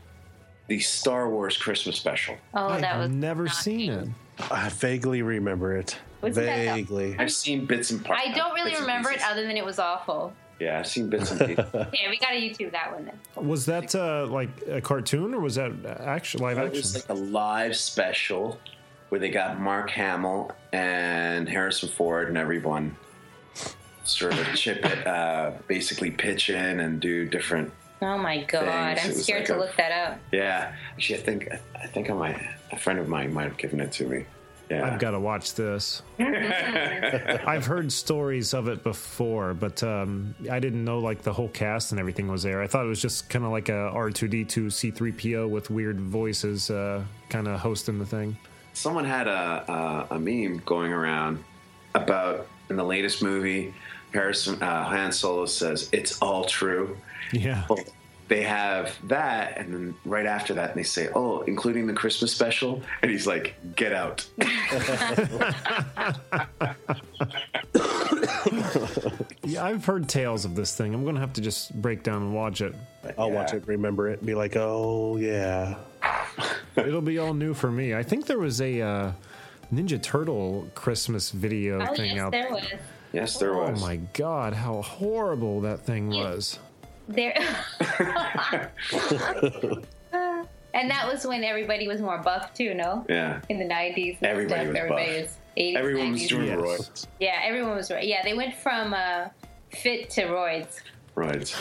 Speaker 6: the Star Wars Christmas special.
Speaker 5: Oh, that was
Speaker 3: never seen it.
Speaker 4: I vaguely remember it.
Speaker 5: Wasn't that the-
Speaker 4: vaguely.
Speaker 6: I've seen bits and parts.
Speaker 5: I don't really
Speaker 6: bits and
Speaker 5: remember it
Speaker 6: pieces.
Speaker 5: other than it was awful.
Speaker 6: Yeah, I've seen bits and pieces.
Speaker 5: Okay, we gotta YouTube that one then.
Speaker 3: Was that uh, like a cartoon or was that action live
Speaker 6: It
Speaker 3: action?
Speaker 6: was like a live special where they got Mark Hamill and Harrison Ford and everyone sort of chip it, uh, basically pitch in and do different.
Speaker 5: Oh my god,
Speaker 6: Thanks, it
Speaker 5: I'm
Speaker 6: was
Speaker 5: scared
Speaker 6: like
Speaker 5: to
Speaker 6: a-
Speaker 5: look that up.
Speaker 6: Yeah, actually, I think I think I might, a friend of mine might have given it to me. Yeah,
Speaker 3: I've got to watch this. I've heard stories of it before, but um, I didn't know like the whole cast and everything was there. I thought it was just kind of like a R two D two C three PO with weird voices, uh, kind of hosting the thing.
Speaker 6: someone had a, a a meme going around about in the latest movie, Harrison uh, Han Solo says it's all true.
Speaker 3: Yeah.
Speaker 6: Well, they have that, and then right after that, they say, "Oh, including the Christmas special," and he's like, "Get out."
Speaker 3: Yeah, I've heard tales of this thing. I'm gonna have to just break down and watch it.
Speaker 4: I'll watch it, remember it, and be like, oh, yeah.
Speaker 3: It'll be all new for me. I think there was a uh, Ninja Turtle Christmas video
Speaker 5: Oh
Speaker 3: thing
Speaker 5: yes,
Speaker 3: out
Speaker 5: there was.
Speaker 6: Yes, there
Speaker 3: oh
Speaker 6: was.
Speaker 3: my god, how horrible that thing was.
Speaker 5: There. and that was when everybody was more buff too, no?
Speaker 6: Yeah.
Speaker 5: In the 90s. and
Speaker 6: Everybody
Speaker 5: stuff,
Speaker 6: was
Speaker 5: everybody
Speaker 6: buff.
Speaker 5: was 80s.
Speaker 6: Everyone was
Speaker 5: 90s.
Speaker 6: doing
Speaker 5: yeah.
Speaker 6: roids.
Speaker 5: everyone was right. Yeah, they went from uh, fit to roids.
Speaker 6: Right.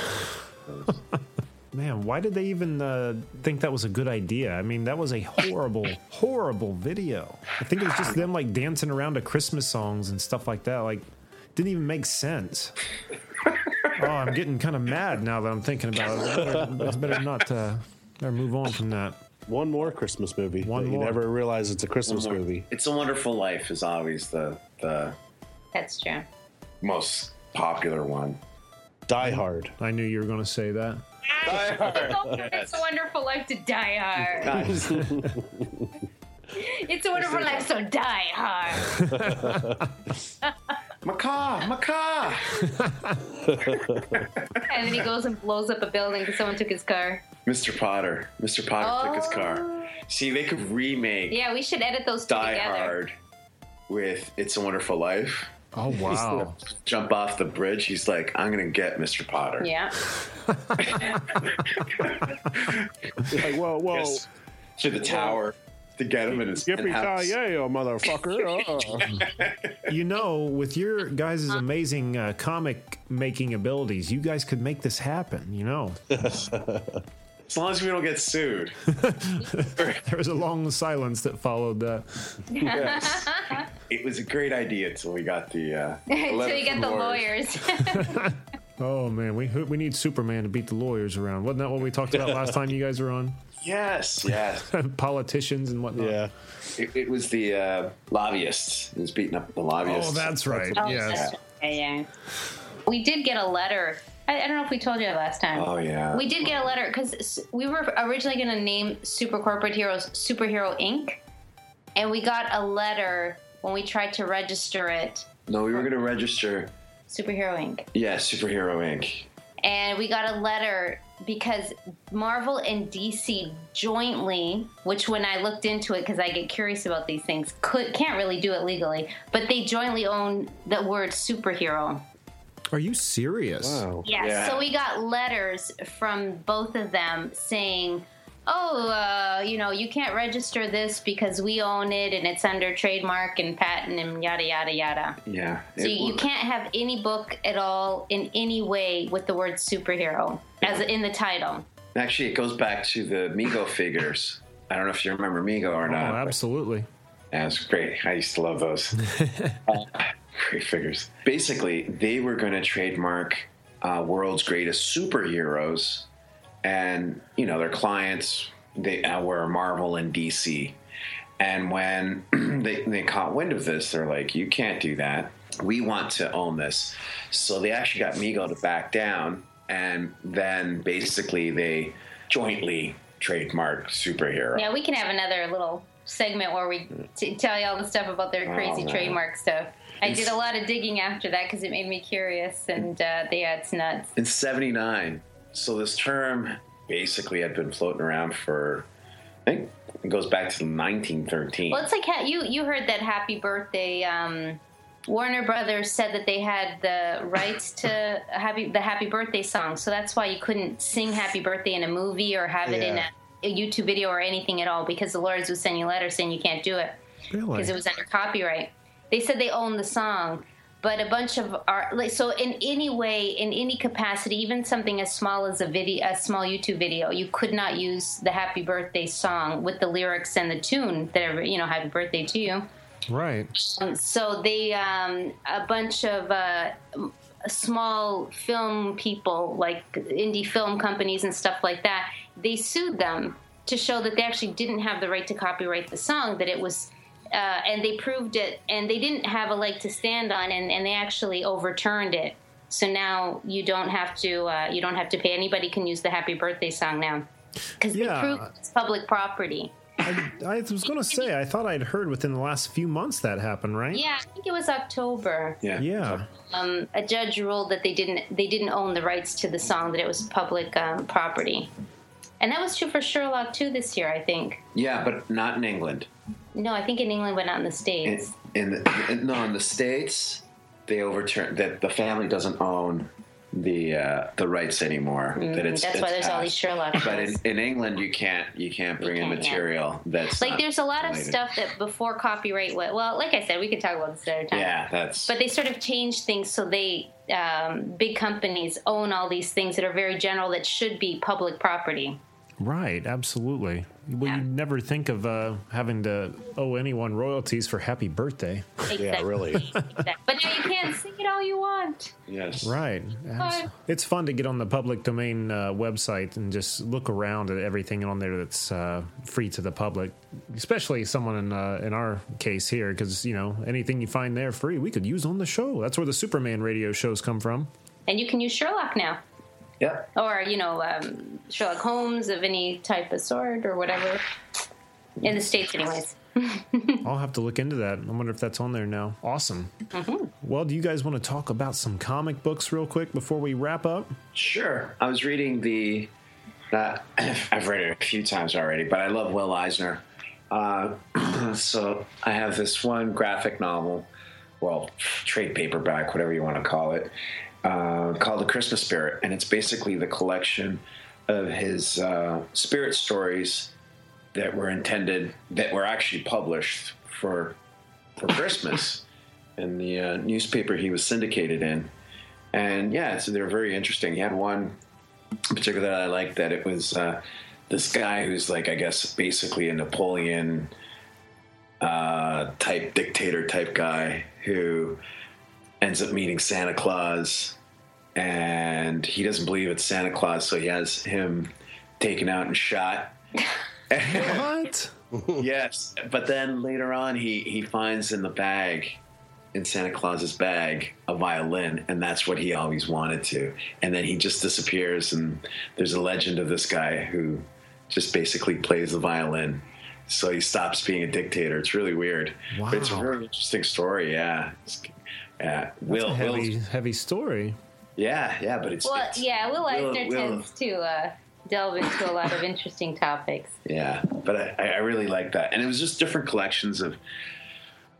Speaker 3: Man, why did they even uh, think that was a good idea? I mean, that was a horrible, horrible video. I think it was just them like dancing around to Christmas songs and stuff like that. Like, didn't even make sense. oh, I'm getting kind of mad now that I'm thinking about it. Better- It's better not uh, better move on from that.
Speaker 4: One more Christmas movie. One
Speaker 3: more.
Speaker 4: You never realize it's a Christmas movie.
Speaker 6: It's a Wonderful Life is always the the
Speaker 5: That's true.
Speaker 6: most popular one.
Speaker 4: Die Hard.
Speaker 3: I knew you were going to say that.
Speaker 5: It's a wonderful life to die hard. It's a wonderful life, so die hard.
Speaker 6: Macaw, macaw.
Speaker 5: And then he goes and blows up a building because someone took his car.
Speaker 6: Mr. Potter. Mr. Potter took his car. See, they could remake
Speaker 5: Oh. Yeah, we should edit those two
Speaker 6: Die
Speaker 5: together.
Speaker 6: Hard with It's a Wonderful Life.
Speaker 3: Oh wow!
Speaker 6: Jump off the bridge. He's like, I'm gonna get Mr. Potter.
Speaker 5: Yeah.
Speaker 4: Like, whoa, whoa.
Speaker 6: Yes.
Speaker 3: Oh.
Speaker 6: To the tower to get him in his
Speaker 4: Yippee
Speaker 6: penthouse.
Speaker 4: ki motherfucker. Uh.
Speaker 3: You know, with your guys' amazing uh, comic making abilities, you guys could make this happen. You know,
Speaker 6: As long as we don't get sued.
Speaker 3: there was a long silence that followed that.
Speaker 6: Yes. it was a great idea until we got the uh,
Speaker 5: Until
Speaker 6: letter
Speaker 5: you
Speaker 6: from
Speaker 5: get the
Speaker 6: lawyers.
Speaker 5: lawyers.
Speaker 3: Oh man, we we need Superman to beat the lawyers around. Wasn't that what we talked about last time you guys were on?
Speaker 6: Yes, yes.
Speaker 3: Politicians and whatnot. Yeah.
Speaker 6: it, it was the uh, lobbyists. He was beating up the lobbyists.
Speaker 3: Oh, that's right.
Speaker 5: Oh,
Speaker 3: yes.
Speaker 5: that's right. Yeah, yeah. We did get a letter. I, I don't know if we told you last time.
Speaker 6: Oh, yeah.
Speaker 5: We did get a letter because we were originally going to name Super Corporate Heroes Superhero Inc. And we got a letter when we tried to register it,
Speaker 6: No, we were going to register.
Speaker 5: Superhero Inc.
Speaker 6: Yeah, Superhero Inc.
Speaker 5: And we got a letter because Marvel and DC jointly, which when I looked into it, because I get curious about these things, could, can't really do it legally, but they jointly own the word superhero.
Speaker 3: Are you serious?
Speaker 6: Oh.
Speaker 3: Wow.
Speaker 5: Yeah, so we got letters from both of them saying, oh, uh, you know, you can't register this because we own it and it's under trademark and patent and yada, yada, yada.
Speaker 6: Yeah.
Speaker 5: So
Speaker 6: it
Speaker 5: you, you
Speaker 6: was-
Speaker 5: can't have any book at all in any way with the word superhero as in the title.
Speaker 6: Actually, it goes back to the Mego figures. I don't know if you remember Mego or
Speaker 3: Oh,
Speaker 6: not.
Speaker 3: absolutely.
Speaker 6: Yeah, it's great. I used to love those. Uh, great figures. Basically, they were going to trademark uh, world's greatest superheroes and you know their clients they uh, were Marvel and DC. And when they, they caught wind of this, they're like, "You can't do that. We want to own this." So they actually got Mego to back down, and then basically they jointly trademarked superhero.
Speaker 5: Yeah, we can have another little segment where we t- tell you all the stuff about their
Speaker 6: Oh,
Speaker 5: crazy
Speaker 6: man.
Speaker 5: trademark stuff. I did a lot of digging after that because it made me curious, and uh, yeah, it's nuts.
Speaker 6: in 79 so this term basically had been floating around for i think it goes back to 1913
Speaker 5: Well, it's like ha- you you heard that Happy Birthday. Um, Warner Brothers said that they had the rights to happy the Happy Birthday song, so that's why you couldn't sing Happy Birthday in a movie or have it in a,
Speaker 1: Yeah.
Speaker 5: a YouTube video or anything at all because the Lords would send you letters saying you can't do it because it was under copyright. They said they owned the song, but a bunch of art. Like, so, in any way, in any capacity, even something as small as a video, a small YouTube video, you could not use the Happy Birthday song with the lyrics and the tune that every- you know, Happy Birthday to you.
Speaker 3: Right.
Speaker 5: Um, so they um, a bunch of uh, m- small film people, like indie film companies and stuff like that, they sued them to show that they actually didn't have the right to copyright the song. That it was, uh, and they proved it, and they didn't have a leg to stand on, and, and they actually overturned it. So now you don't have to uh, you don't have to pay. Anybody can use the Happy Birthday song now because
Speaker 3: Yeah.
Speaker 5: they proved it's public property.
Speaker 3: I was going to say, I thought I'd heard within the last few months that happened, right?
Speaker 5: Yeah, I think it was October.
Speaker 6: Yeah.
Speaker 3: Yeah.
Speaker 5: um, a judge ruled that they didn't they didn't own the rights to the song that it was public um, property, and that was true for Sherlock too this year. I think
Speaker 6: yeah but not in england
Speaker 5: no, I think in England but not in the
Speaker 6: in,
Speaker 5: states.
Speaker 6: in the, in- no in the states they overturned that the family doesn't own the uh, the rights anymore
Speaker 5: Mm,
Speaker 6: that it's
Speaker 5: that's
Speaker 6: it's
Speaker 5: why there's all these
Speaker 6: passed.
Speaker 5: Sherlock
Speaker 6: but in,
Speaker 5: shows.
Speaker 6: in england you can't you can't bring in
Speaker 5: can't, yeah.
Speaker 6: material that's
Speaker 5: like
Speaker 6: not
Speaker 5: there's a lot of
Speaker 6: related.
Speaker 5: stuff that before copyright wa- well like i said we could talk about this another time
Speaker 6: yeah that's
Speaker 5: but they sort of changed things so they um, big companies own all these things that are very general that should be public property
Speaker 3: Right, absolutely. Well, you never think of uh, having to owe anyone royalties for happy birthday.
Speaker 5: Exactly. but now you can't sing it all you want
Speaker 6: Yes.
Speaker 3: Right. Abs-
Speaker 5: Fine.
Speaker 3: It's fun to get on the public domain uh, website and just look around at everything on there that's uh, free to the public, especially someone in uh, in our case here, because you know anything you find there free, we could use on the show. That's where the Superman radio shows come from.
Speaker 5: and you can use sherlock now
Speaker 6: yeah
Speaker 5: or you know um, Sherlock Holmes of any type of sort or whatever in the states, anyways.
Speaker 3: I'll have to look into that. I wonder if that's on there now. Awesome. Well, do you guys want to talk about some comic books real quick before we wrap up?
Speaker 6: Sure. I was reading the. Uh, I've read it a few times already, but I love Will Eisner. Uh, so I have this one graphic novel, well, trade paperback, whatever you want to call it, uh, called The Christmas Spirit. And it's basically the collection of his uh, spirit stories that were intended, that were actually published for, for Christmas in the uh, newspaper he was syndicated in and yeah, so they're very interesting. He had one in particular that I liked that it was uh, this guy who's like, I guess, basically a Napoleon uh, type dictator type guy who ends up meeting Santa Claus, and he doesn't believe it's Santa Claus, so he has him taken out and shot.
Speaker 3: what?
Speaker 6: yes, but then later on, he he finds in the bag in Santa Claus's bag a violin, and that's what he always wanted to. And then he just disappears, and there's a legend of this guy who just basically plays the violin. So he stops being a dictator. It's really weird, but it's a
Speaker 3: Wow.
Speaker 6: really interesting story. Yeah, It's- yeah.
Speaker 3: That's
Speaker 6: Will,
Speaker 3: a heavy,
Speaker 6: Will,
Speaker 3: heavy story.
Speaker 6: yeah, yeah. But it's
Speaker 5: well, yeah, Will
Speaker 6: Will-
Speaker 5: Eisner
Speaker 6: Will-
Speaker 5: tends to uh, delve into a lot of interesting topics.
Speaker 6: Yeah, but I, I really like that, and it was just different collections of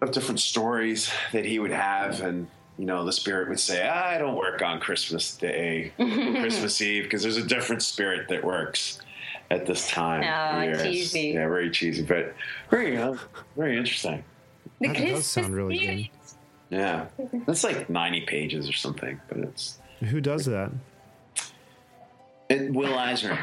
Speaker 6: of different stories that he would have, and you know, the spirit would say, "Ah, "I don't work on Christmas Day, Christmas Eve, because there's a different spirit that works at this time."
Speaker 5: Oh,
Speaker 6: Yes.
Speaker 5: cheesy.
Speaker 6: Yeah, very cheesy, but very, uh, very interesting.
Speaker 5: The Christmas spirit.
Speaker 6: Yeah, that's like ninety pages or something, but it's
Speaker 3: Who does that?
Speaker 6: it, Will Eisner.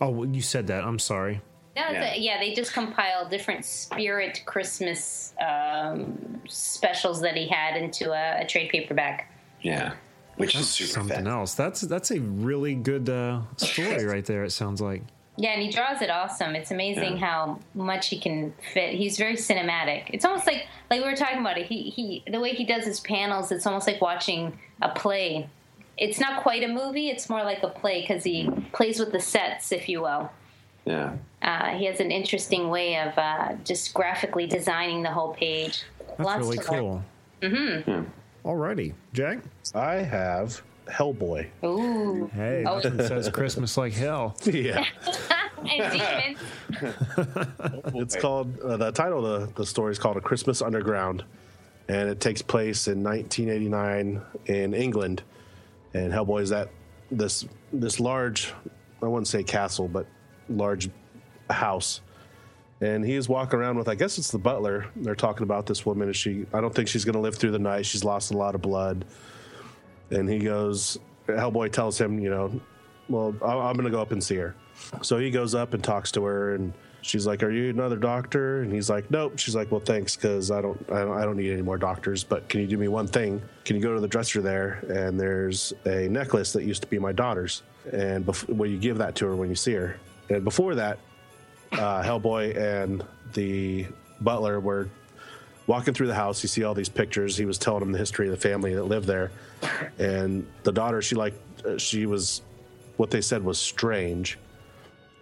Speaker 3: Oh, well, you said that. I'm sorry.
Speaker 5: No,
Speaker 3: Yeah.
Speaker 5: yeah. uh, yeah, they just compile different spirit Christmas um, specials that he had into a, a trade paperback.
Speaker 6: Yeah. which
Speaker 3: is something else. That's that's a really good uh, story right there. It sounds like.
Speaker 5: Yeah, and he draws it awesome. It's amazing
Speaker 3: Yeah.
Speaker 5: how much he can fit. He's very cinematic. It's almost like like we were talking about it. He he the way he does his panels, it's almost like watching a play. It's not quite a movie. It's more like a play because he plays with the sets, if you will.
Speaker 6: Yeah.
Speaker 5: Uh, he has an interesting way of uh, just graphically designing the whole page.
Speaker 3: That's really cool.
Speaker 5: hmm
Speaker 3: Alrighty, Jack.
Speaker 4: I have Hellboy.
Speaker 5: Ooh.
Speaker 3: Hey,
Speaker 5: Oh.
Speaker 3: nothing says Christmas like hell.
Speaker 4: Yeah.
Speaker 5: and demons.
Speaker 4: it's called uh, the title of the, the story is called a christmas underground and it takes place in 1989 in england and hellboy is that this this large i wouldn't say castle but large house and he is walking around with i guess it's the butler they're talking about this woman and she i don't think she's going to live through the night she's lost a lot of blood and he goes hellboy tells him you know well I- i'm gonna go up and see her so he goes up and talks to her and she's like are you another doctor and he's like nope she's like well thanks because I don't, I don't i don't need any more doctors but can you do me one thing can you go to the dresser there and there's a necklace that used to be my daughter's and bef- well you give that to her when you see her and before that uh, hellboy and the butler were walking through the house, you see all these pictures. He was telling him the history of the family that lived there, and the daughter, she like, she was, what they said was strange,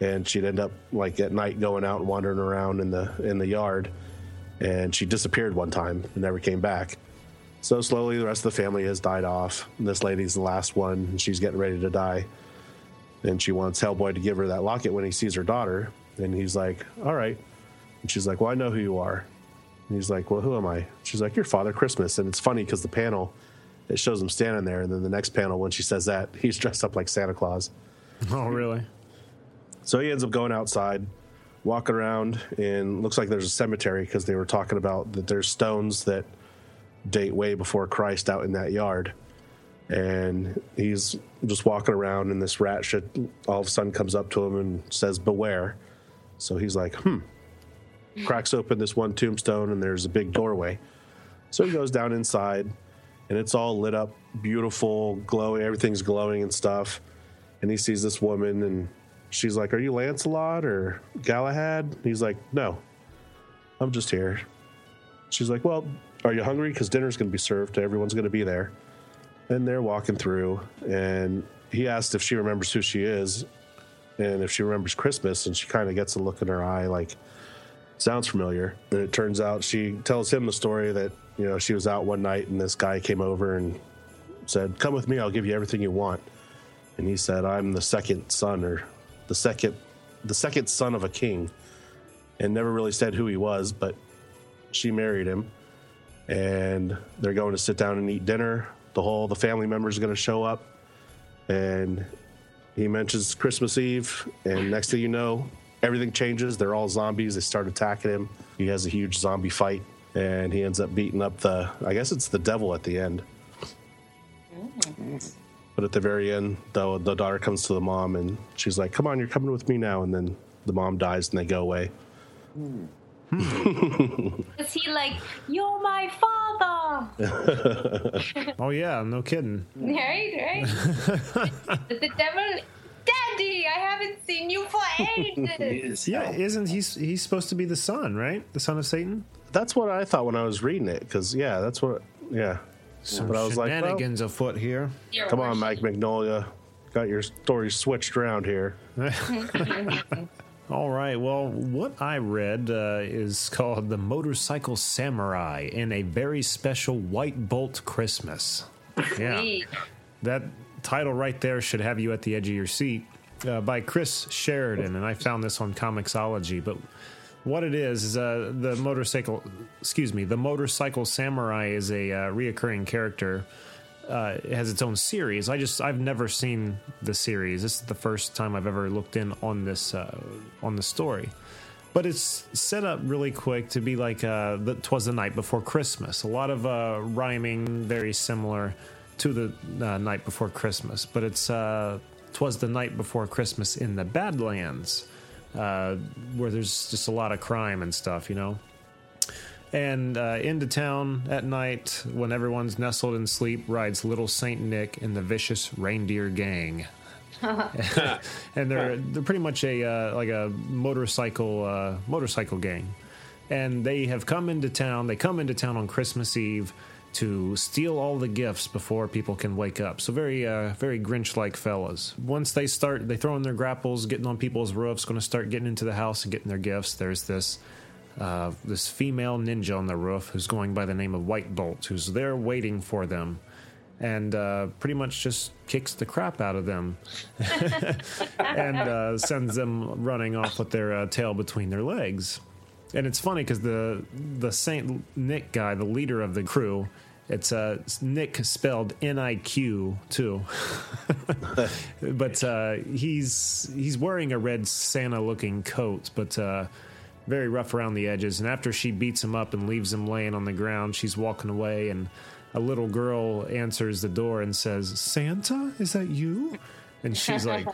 Speaker 4: and she'd end up like at night going out and wandering around in the in the yard, and she disappeared one time and never came back. So slowly, the rest of the family has died off. And this lady's the last one, and she's getting ready to die. And she wants Hellboy to give her that locket when he sees her daughter. And he's like, "All right." And she's like, "Well, I know who you are." And he's like, "Well, who am I?" She's like, "You're Father Christmas." And it's funny because the panel it shows him standing there, and then the next panel when she says that he's dressed up like Santa Claus.
Speaker 3: Oh, really?
Speaker 4: So he ends up going outside, walking around, and looks like there's a cemetery because they were talking about that there's stones that date way before Christ out in that yard. And he's just walking around, and this rat shit all of a sudden comes up to him and says, Beware. So he's like, Hmm. Cracks open this one tombstone, and there's a big doorway. So he goes down inside, and it's all lit up, beautiful, glowing. Everything's glowing and stuff. And he sees this woman, and she's like, "Are you Lancelot or Galahad?" And he's like, "No, I'm just here." She's like, "Well, are you hungry? Because dinner's going to be served. Everyone's going to be there." And they're walking through, and he asked if she remembers who she is, and if she remembers Christmas, and she kind of gets a look in her eye, like, sounds familiar. And it turns out she tells him the story that, you know, she was out one night and this guy came over and said, Come with me, I'll give you everything you want. And he said, I'm the second son or the second the second son of a king. And never really said who he was, but she married him. And they're going to sit down and eat dinner. The whole the family members are gonna show up. And he mentions Christmas Eve, and next thing you know, everything changes. They're all zombies. They start attacking him. He has a huge zombie fight, and he ends up beating up the, I guess it's the devil at the end. But at the very end, the, the daughter comes to the mom, and she's like, Come on, you're coming with me now. And then the mom dies, and they go away.
Speaker 5: Is he like, you're my father?
Speaker 3: oh yeah, no kidding.
Speaker 5: Right, right. But the devil, Daddy, I haven't seen you for ages.
Speaker 3: yeah, isn't he? He's supposed to be the son, right? The son of Satan.
Speaker 4: That's what I thought when I was reading it, because yeah, that's what yeah.
Speaker 3: Some
Speaker 4: but I was like, well,
Speaker 3: shenanigans afoot here.
Speaker 5: Your
Speaker 4: come on, Mike Magnolia, got your story switched around here.
Speaker 3: All right. Well, what I read uh, is called The Motorcycle Samurai in a Very Special White Bolt Christmas. Yeah.
Speaker 5: Sweet.
Speaker 3: That title right there should have you at the edge of your seat uh, by Chris Sheridan. And I found this on Comixology. But what it is is uh, the motorcycle, excuse me, the motorcycle samurai is a uh, reoccurring character. Uh, it has its own series. I just I've never seen the series. This is the first time I've ever looked in on this uh, on the story but it's set up really quick to be like uh, the, "Twas the Night Before Christmas." A lot of uh, rhyming, very similar to the uh, Night Before Christmas, but it's uh, "Twas the Night Before Christmas in the Badlands," uh, where there's just a lot of crime and stuff, you know And uh, into town at night, when everyone's nestled in sleep, rides little Saint Nick and the vicious reindeer gang. and they're they're pretty much a uh, like a motorcycle uh, motorcycle gang, and they have come into town. They come into town on Christmas Eve to steal all the gifts before people can wake up. So very uh, very Grinch like fellas. Once they start, they throw in their grapples, getting on people's roofs, going to start getting into the house and getting their gifts. There's this. Uh, this female ninja on the roof who's going by the name of White Bolt, who's there waiting for them and uh, pretty much just kicks the crap out of them and uh, sends them running off with their uh, tail between their legs. And it's funny because the the Saint Nick guy, the leader of the crew, it's uh, Nick spelled N I Q too, but uh, he's he's wearing a red Santa looking coat, but. Uh, very rough around the edges, and after she beats him up and leaves him laying on the ground, she's walking away, and a little girl answers the door and says, Santa, is that you? And she's like,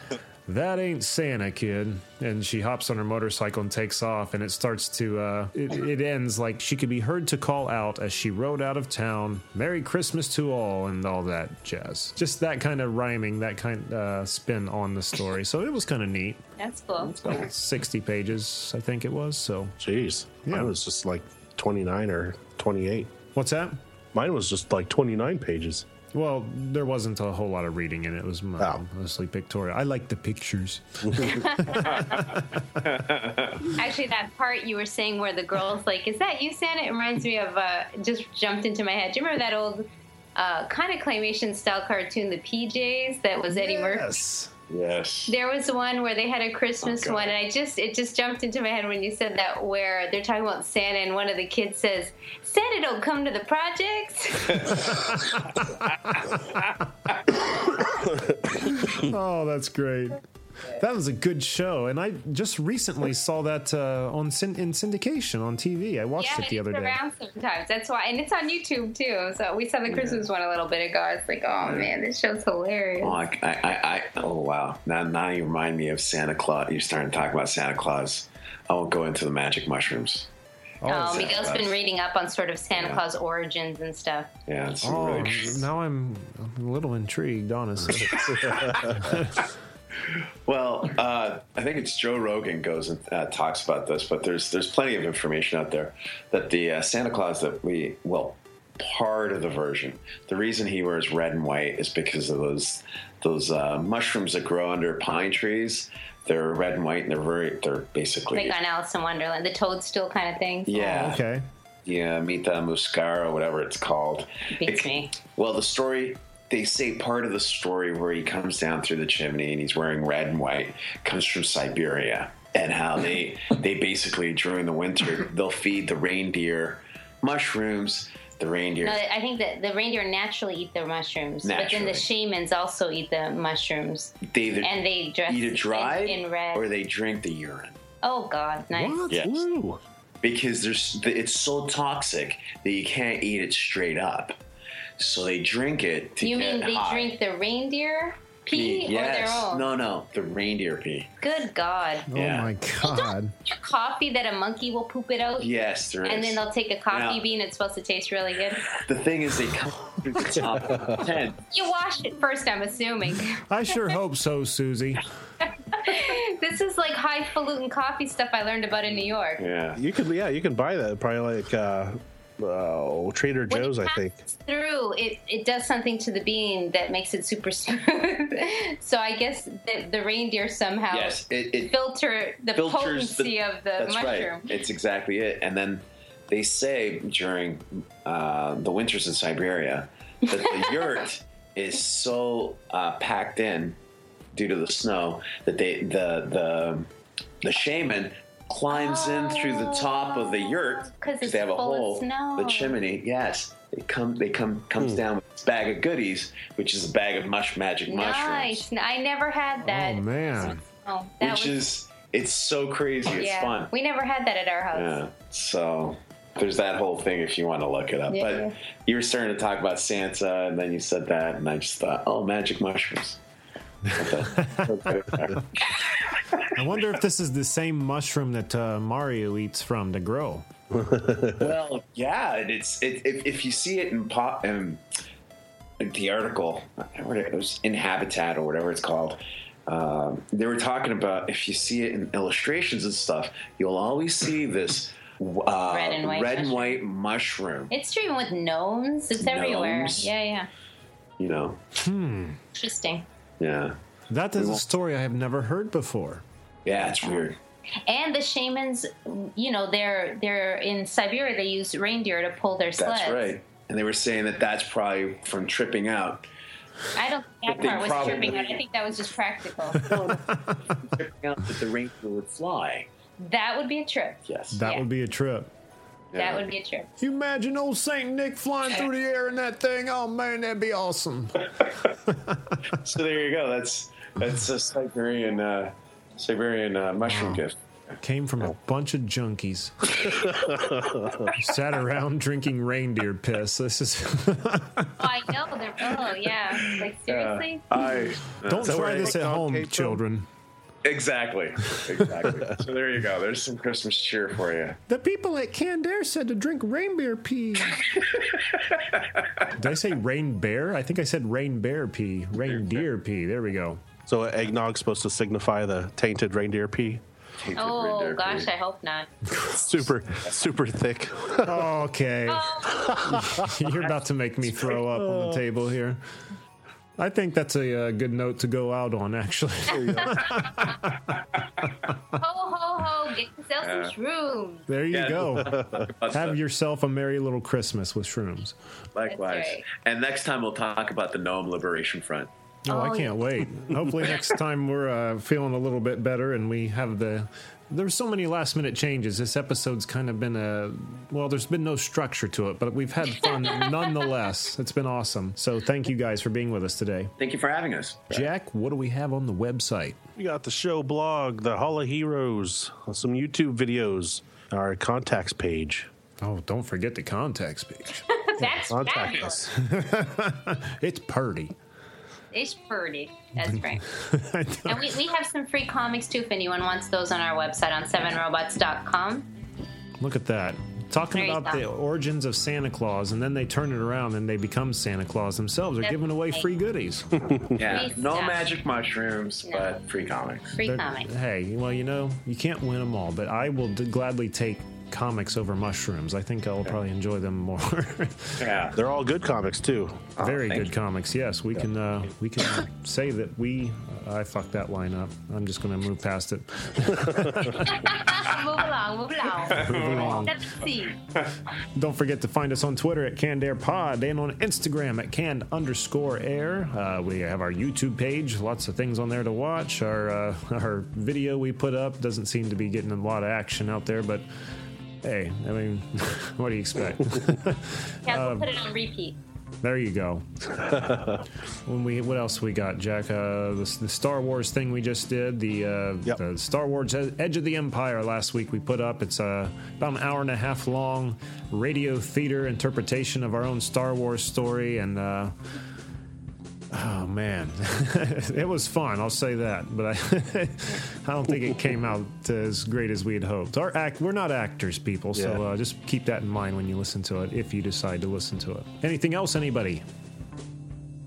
Speaker 3: That ain't Santa, kid. And she hops on her motorcycle and takes off, and it starts to, uh, it, it ends like she could be heard to call out as she rode out of town, Merry Christmas to all, and all that jazz. Just that kind of rhyming, that kind uh, spin on the story. So it was kind of neat.
Speaker 5: That's cool.
Speaker 3: About 60 pages, I think it was. So,
Speaker 4: jeez,
Speaker 3: yeah.
Speaker 4: mine was just like twenty nine or twenty eight.
Speaker 3: What's that?
Speaker 4: Mine was just like twenty nine pages.
Speaker 3: Well, there wasn't a whole lot of reading in it. It was mo- mostly pictorial. I like the pictures.
Speaker 5: Actually, that part you were saying where the girl's like, "Is that you, Santa?" It reminds me of uh, just jumped into my head. Do you remember that old uh, kind of claymation style cartoon, The PJs, that was Eddie Murphy?
Speaker 6: Yes.
Speaker 5: There was one where they had a Christmas one, and I just it just jumped into my head when you said that where they're talking about Santa, and one of the kids says, "Santa don't come to the projects."
Speaker 3: oh, that's great. That was a good show, and I just recently saw that uh, on syn- in syndication on TV. I watched
Speaker 5: yeah,
Speaker 3: it the other
Speaker 5: it's
Speaker 3: day.
Speaker 5: around sometimes. That's why, and it's on YouTube too. So we saw the Christmas one a little bit ago. It's like, oh man, this show's hilarious.
Speaker 6: Oh, I, I, I, I- oh wow! Now, now you remind me of Santa Claus. You're starting to talk about Santa Claus. I won't go into the magic mushrooms.
Speaker 5: Oh, Miguel's
Speaker 6: Santa
Speaker 5: been
Speaker 6: Claus.
Speaker 5: reading up on sort of Santa
Speaker 6: Yeah.
Speaker 5: Claus origins and stuff.
Speaker 6: Yeah, it's
Speaker 3: Oh,
Speaker 6: really.
Speaker 3: now I'm, I'm a little intrigued, honestly.
Speaker 6: Well, uh, I think it's Joe Rogan goes and uh, talks about this, but there's there's plenty of information out there that the uh, Santa Claus that we well part of the version. The reason he wears red and white is because of those those uh, mushrooms that grow under pine trees. They're red and white, and they're very they're basically
Speaker 5: Like on Alice in Wonderland, the toadstool kind of thing.
Speaker 6: yeah
Speaker 3: okay
Speaker 6: yeah Mita Muscara, whatever it's called.
Speaker 5: Beats me.
Speaker 6: Well, the story they say part of the story where he comes down through the chimney and he's wearing red and white comes from Siberia and how they they basically during the winter they'll feed the reindeer mushrooms. The reindeer
Speaker 5: No, I think that the reindeer naturally eat their mushrooms, but then
Speaker 6: Naturally.
Speaker 5: the shamans also eat the mushrooms.
Speaker 6: they either
Speaker 5: and they dress
Speaker 6: eat it dry
Speaker 5: in, in red.
Speaker 6: or they drink the urine.
Speaker 5: oh God, nice.
Speaker 6: Yes. Because there's it's so toxic that you can't eat it straight up. So they drink it to
Speaker 5: You
Speaker 6: get
Speaker 5: mean they
Speaker 6: high.
Speaker 5: drink the reindeer pee
Speaker 6: yes.
Speaker 5: or their own?
Speaker 6: No, no, the reindeer pee.
Speaker 5: Good God.
Speaker 3: Oh my god!
Speaker 5: Coffee that a monkey will poop it out.
Speaker 6: Yes, there
Speaker 5: And
Speaker 6: is.
Speaker 5: then they'll take a coffee
Speaker 6: Now-
Speaker 5: bean. It's supposed to taste really good.
Speaker 6: The thing is, they come through the top of the tent.
Speaker 5: You wash it first, I'm assuming.
Speaker 3: I sure hope so, Susie.
Speaker 5: this is like highfalutin coffee stuff I learned about in New York.
Speaker 4: Yeah, you could. Yeah, you can buy that probably like uh, uh, Trader Joe's, I think.
Speaker 5: Through it, it does something to the bean that makes it super smooth. so I guess the, the reindeer somehow
Speaker 6: Yes, it- it
Speaker 5: filter the
Speaker 6: filters the-
Speaker 5: potency of the
Speaker 6: That's
Speaker 5: mushroom.
Speaker 6: right. It's exactly it. And then they say during uh, the winters in Siberia that the yurt is so uh, packed in due to the snow that they the the the shaman climbs in through the top of the yurt
Speaker 5: Oh, 'Cause it's
Speaker 6: they have a
Speaker 5: full of
Speaker 6: hole
Speaker 5: snow.
Speaker 6: the chimney yes they come they come comes down with this bag of goodies which is a bag of mush magic mushrooms
Speaker 5: Nice. I never had that.
Speaker 6: Oh, man.
Speaker 5: Oh, that
Speaker 6: which
Speaker 5: was,
Speaker 6: is it's so crazy it's
Speaker 5: yeah.
Speaker 6: fun
Speaker 5: We never had that at our house.
Speaker 6: yeah. So there's that whole thing if you want to look it up.
Speaker 5: Yeah.
Speaker 6: But you were starting to talk about Santa, and then you said that, and I just thought, oh, magic mushrooms.
Speaker 3: I wonder if this is the same mushroom that uh, Mario eats from to grow.
Speaker 6: well, yeah, and it's it, if, if you see it in pop um, in the article, what it was in Habitat or whatever it's called. Um, they were talking about if you see it in illustrations and stuff, you'll always see this uh,
Speaker 5: Red and white
Speaker 6: red and white mushroom.
Speaker 5: It's streaming with gnomes. It's everywhere.
Speaker 6: Gnomes.
Speaker 5: Yeah, yeah.
Speaker 6: You know,
Speaker 3: Hmm.
Speaker 5: Interesting.
Speaker 6: yeah,
Speaker 3: That is a story I have never heard before.
Speaker 6: yeah, it's weird.
Speaker 5: And the shamans, you know, they're they're in Siberia. They use reindeer to pull their sleds.
Speaker 6: That's right. And they were saying that that's probably from tripping out.
Speaker 5: I don't think that
Speaker 6: But they
Speaker 5: part was
Speaker 6: probably-
Speaker 5: tripping out. I think that was just practical.
Speaker 6: Tripping out that the reindeer would fly.
Speaker 5: that would be a trip.
Speaker 6: Yes.
Speaker 3: That would be a trip.
Speaker 5: That would be a trip.
Speaker 3: You imagine old Saint Nick flying through the air in that thing? Oh man, that'd be awesome.
Speaker 6: So there you go. That's that's a Siberian uh, Siberian uh, mushroom gift.
Speaker 3: Came from a bunch of junkies. Sat around drinking reindeer piss. This is
Speaker 5: Oh, I know. They're, oh, yeah. Like, seriously?
Speaker 6: Uh, I
Speaker 3: Don't
Speaker 6: So
Speaker 3: try
Speaker 6: I
Speaker 3: this
Speaker 6: think
Speaker 3: at
Speaker 6: Don
Speaker 3: home,
Speaker 6: Cates-
Speaker 3: children.
Speaker 6: Exactly. Exactly. so there you go. There's some Christmas cheer for you.
Speaker 3: The people at Candare said to drink reindeer pee. Did I say rain bear? I think I said rain bear pee. Reindeer pee. There we go.
Speaker 4: So eggnog's supposed to signify the tainted reindeer pee.
Speaker 5: Oh, gosh, I hope not.
Speaker 4: Super, super thick.
Speaker 3: Okay.
Speaker 5: Oh.
Speaker 3: You're about to make me throw up on the table here. I think that's a, uh good note to go out on, actually.
Speaker 5: Ho, ho, ho. Get yourself
Speaker 3: Yeah.
Speaker 5: some shrooms.
Speaker 3: There you
Speaker 6: Yeah.
Speaker 3: go. Have yourself a merry little Christmas with shrooms.
Speaker 6: Likewise.
Speaker 5: right.
Speaker 6: And next time we'll talk about the Gnome Liberation Front.
Speaker 3: Oh, I
Speaker 5: Oh,
Speaker 3: can't wait. Hopefully, next time we're uh, feeling a little bit better and we have the. There's so many last minute changes. This episode's kind of been a. Well, there's been no structure to it, but we've had fun nonetheless. It's been awesome. So, thank you guys for being with us today.
Speaker 6: Thank you for having us.
Speaker 3: Jack, what do we have on the website?
Speaker 4: We got the show blog, the Hall of Heroes, some YouTube videos, our contacts page.
Speaker 3: Oh, don't forget the contacts page.
Speaker 5: That's
Speaker 4: Contact
Speaker 5: fabulous.
Speaker 4: us.
Speaker 3: it's purdy.
Speaker 5: It's pretty. That's right. and we, we have some free comics, too, if anyone wants those on our website on 7robots.com.
Speaker 3: Look at that. Talking
Speaker 5: There you
Speaker 3: about
Speaker 5: go.
Speaker 3: the origins of Santa Claus, and then they turn it around and they become Santa Claus themselves. They're
Speaker 5: That's
Speaker 3: giving away
Speaker 5: right.
Speaker 3: free goodies.
Speaker 6: Yeah.
Speaker 5: Please
Speaker 6: No
Speaker 5: stop.
Speaker 6: magic mushrooms, but free comics.
Speaker 5: Free
Speaker 3: They're-
Speaker 5: comics.
Speaker 3: Hey, well, you know, you can't win them all, but I will d- gladly take comics over mushrooms. I think I'll probably enjoy them more.
Speaker 6: Yeah.
Speaker 4: They're all good comics too.
Speaker 3: Very good comics. Yes, we can uh, we can say that we. uh, I fucked that line up. I'm just going to move past it.
Speaker 5: move along, move along.
Speaker 3: Move along.
Speaker 5: Let's see.
Speaker 3: Don't forget to find us on Twitter at CannedAirPod and on Instagram at Canned underscore Air. Uh, we have our YouTube page, lots of things on there to watch. Our uh, our video we put up doesn't seem to be getting a lot of action out there, but hey, I mean, what do you expect?
Speaker 5: Yeah,
Speaker 3: Um,
Speaker 5: we'll put it on repeat.
Speaker 3: there you go. when we what else we got, Jack? Uh, the, the Star Wars thing we just did, the, uh, the Star Wars Ed- Edge of the Empire last week we put up. It's uh, about an hour and a half long radio theater interpretation of our own Star Wars story, and uh, oh man, it was fun. I'll say that, but I, I don't think it came out as great as we had hoped. Our act, we're not actors, people, so
Speaker 4: Yeah.
Speaker 3: uh, just keep that in mind when you listen to it, if you decide to listen to it. Anything else, anybody?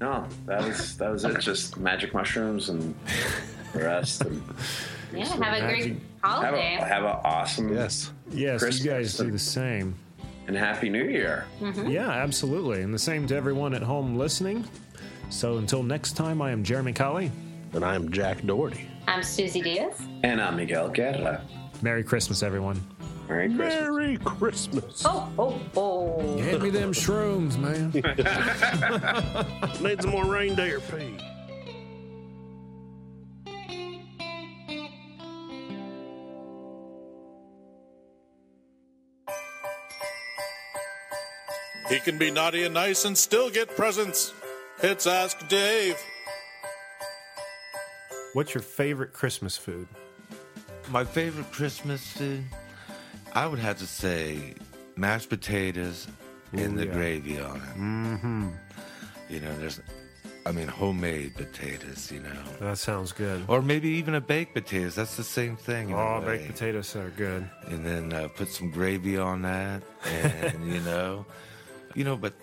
Speaker 6: No, that was that was it. Just magic mushrooms and the rest. And
Speaker 5: Yeah, have a great
Speaker 6: have a
Speaker 5: holiday.
Speaker 6: have an awesome
Speaker 4: yes
Speaker 3: Yes, you guys do the same.
Speaker 6: and happy New Year.
Speaker 3: Yeah, absolutely. And the same to everyone at home listening. So until next time, I am Jeremy Colley.
Speaker 4: And I'm Jack Doherty.
Speaker 5: I'm Susie Diaz.
Speaker 6: And I'm Miguel Guerra.
Speaker 3: Merry Christmas, everyone.
Speaker 6: Merry Christmas.
Speaker 4: Merry Christmas.
Speaker 5: Oh, oh, oh.
Speaker 3: Hand me them shrooms, man.
Speaker 4: Need some more reindeer pee.
Speaker 1: He can be naughty and nice and still get presents. It's Ask Dave.
Speaker 3: What's your favorite Christmas food?
Speaker 21: My favorite Christmas food, I would have to say mashed potatoes and the gravy on it.
Speaker 3: Mm-hmm.
Speaker 21: You know, there's I mean, homemade potatoes, you know.
Speaker 3: That sounds good.
Speaker 21: Or maybe even a baked potatoes. That's the same thing. in a
Speaker 3: Oh,
Speaker 21: way.
Speaker 3: baked potatoes are good.
Speaker 21: and then uh, put some gravy on that, and you know, you know. But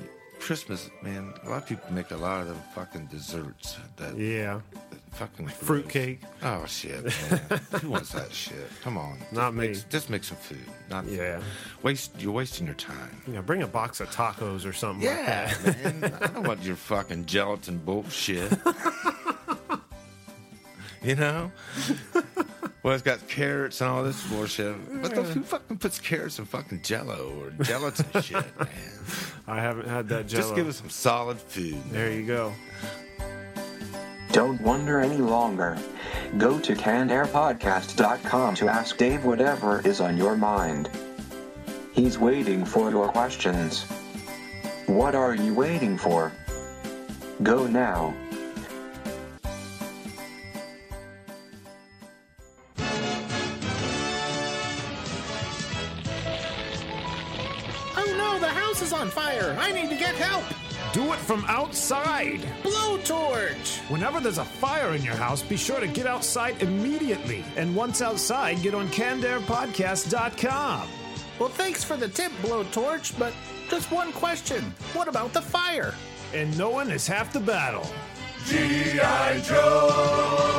Speaker 21: Christmas, man, a lot of people make a lot of them fucking desserts. That
Speaker 3: Yeah.
Speaker 21: fucking
Speaker 3: Fruitcake.
Speaker 21: Oh shit, man. who wants that shit? Come on,
Speaker 3: Not
Speaker 21: just
Speaker 3: me.
Speaker 21: Make, just make some food. Not
Speaker 3: Yeah.
Speaker 21: Waste. You're wasting your time.
Speaker 3: Yeah, bring a box of tacos or something like
Speaker 21: Yeah,
Speaker 3: that.
Speaker 21: man. I don't want your fucking gelatin bullshit. you know. Well, it's got carrots and all this bullshit. What the, who fucking puts carrots in fucking jello or gelatin shit?
Speaker 3: I haven't had that jello.
Speaker 21: Just give us some solid food.
Speaker 3: There you go.
Speaker 6: Don't wonder any longer. Go to cannedairpodcast.com to ask Dave whatever is on your mind. He's waiting for your questions. What are you waiting for? Go now.
Speaker 22: Oh no, the house is on fire! I need to get help!
Speaker 3: Do it from outside.
Speaker 22: Blowtorch!
Speaker 3: Whenever there's a fire in your house, be sure to get outside immediately. And once outside, get on CandairPodcast.com.
Speaker 22: Well, thanks for the tip, Blowtorch, but just one question. What about the fire?
Speaker 3: And knowing is half the battle.
Speaker 22: G.I. Joe!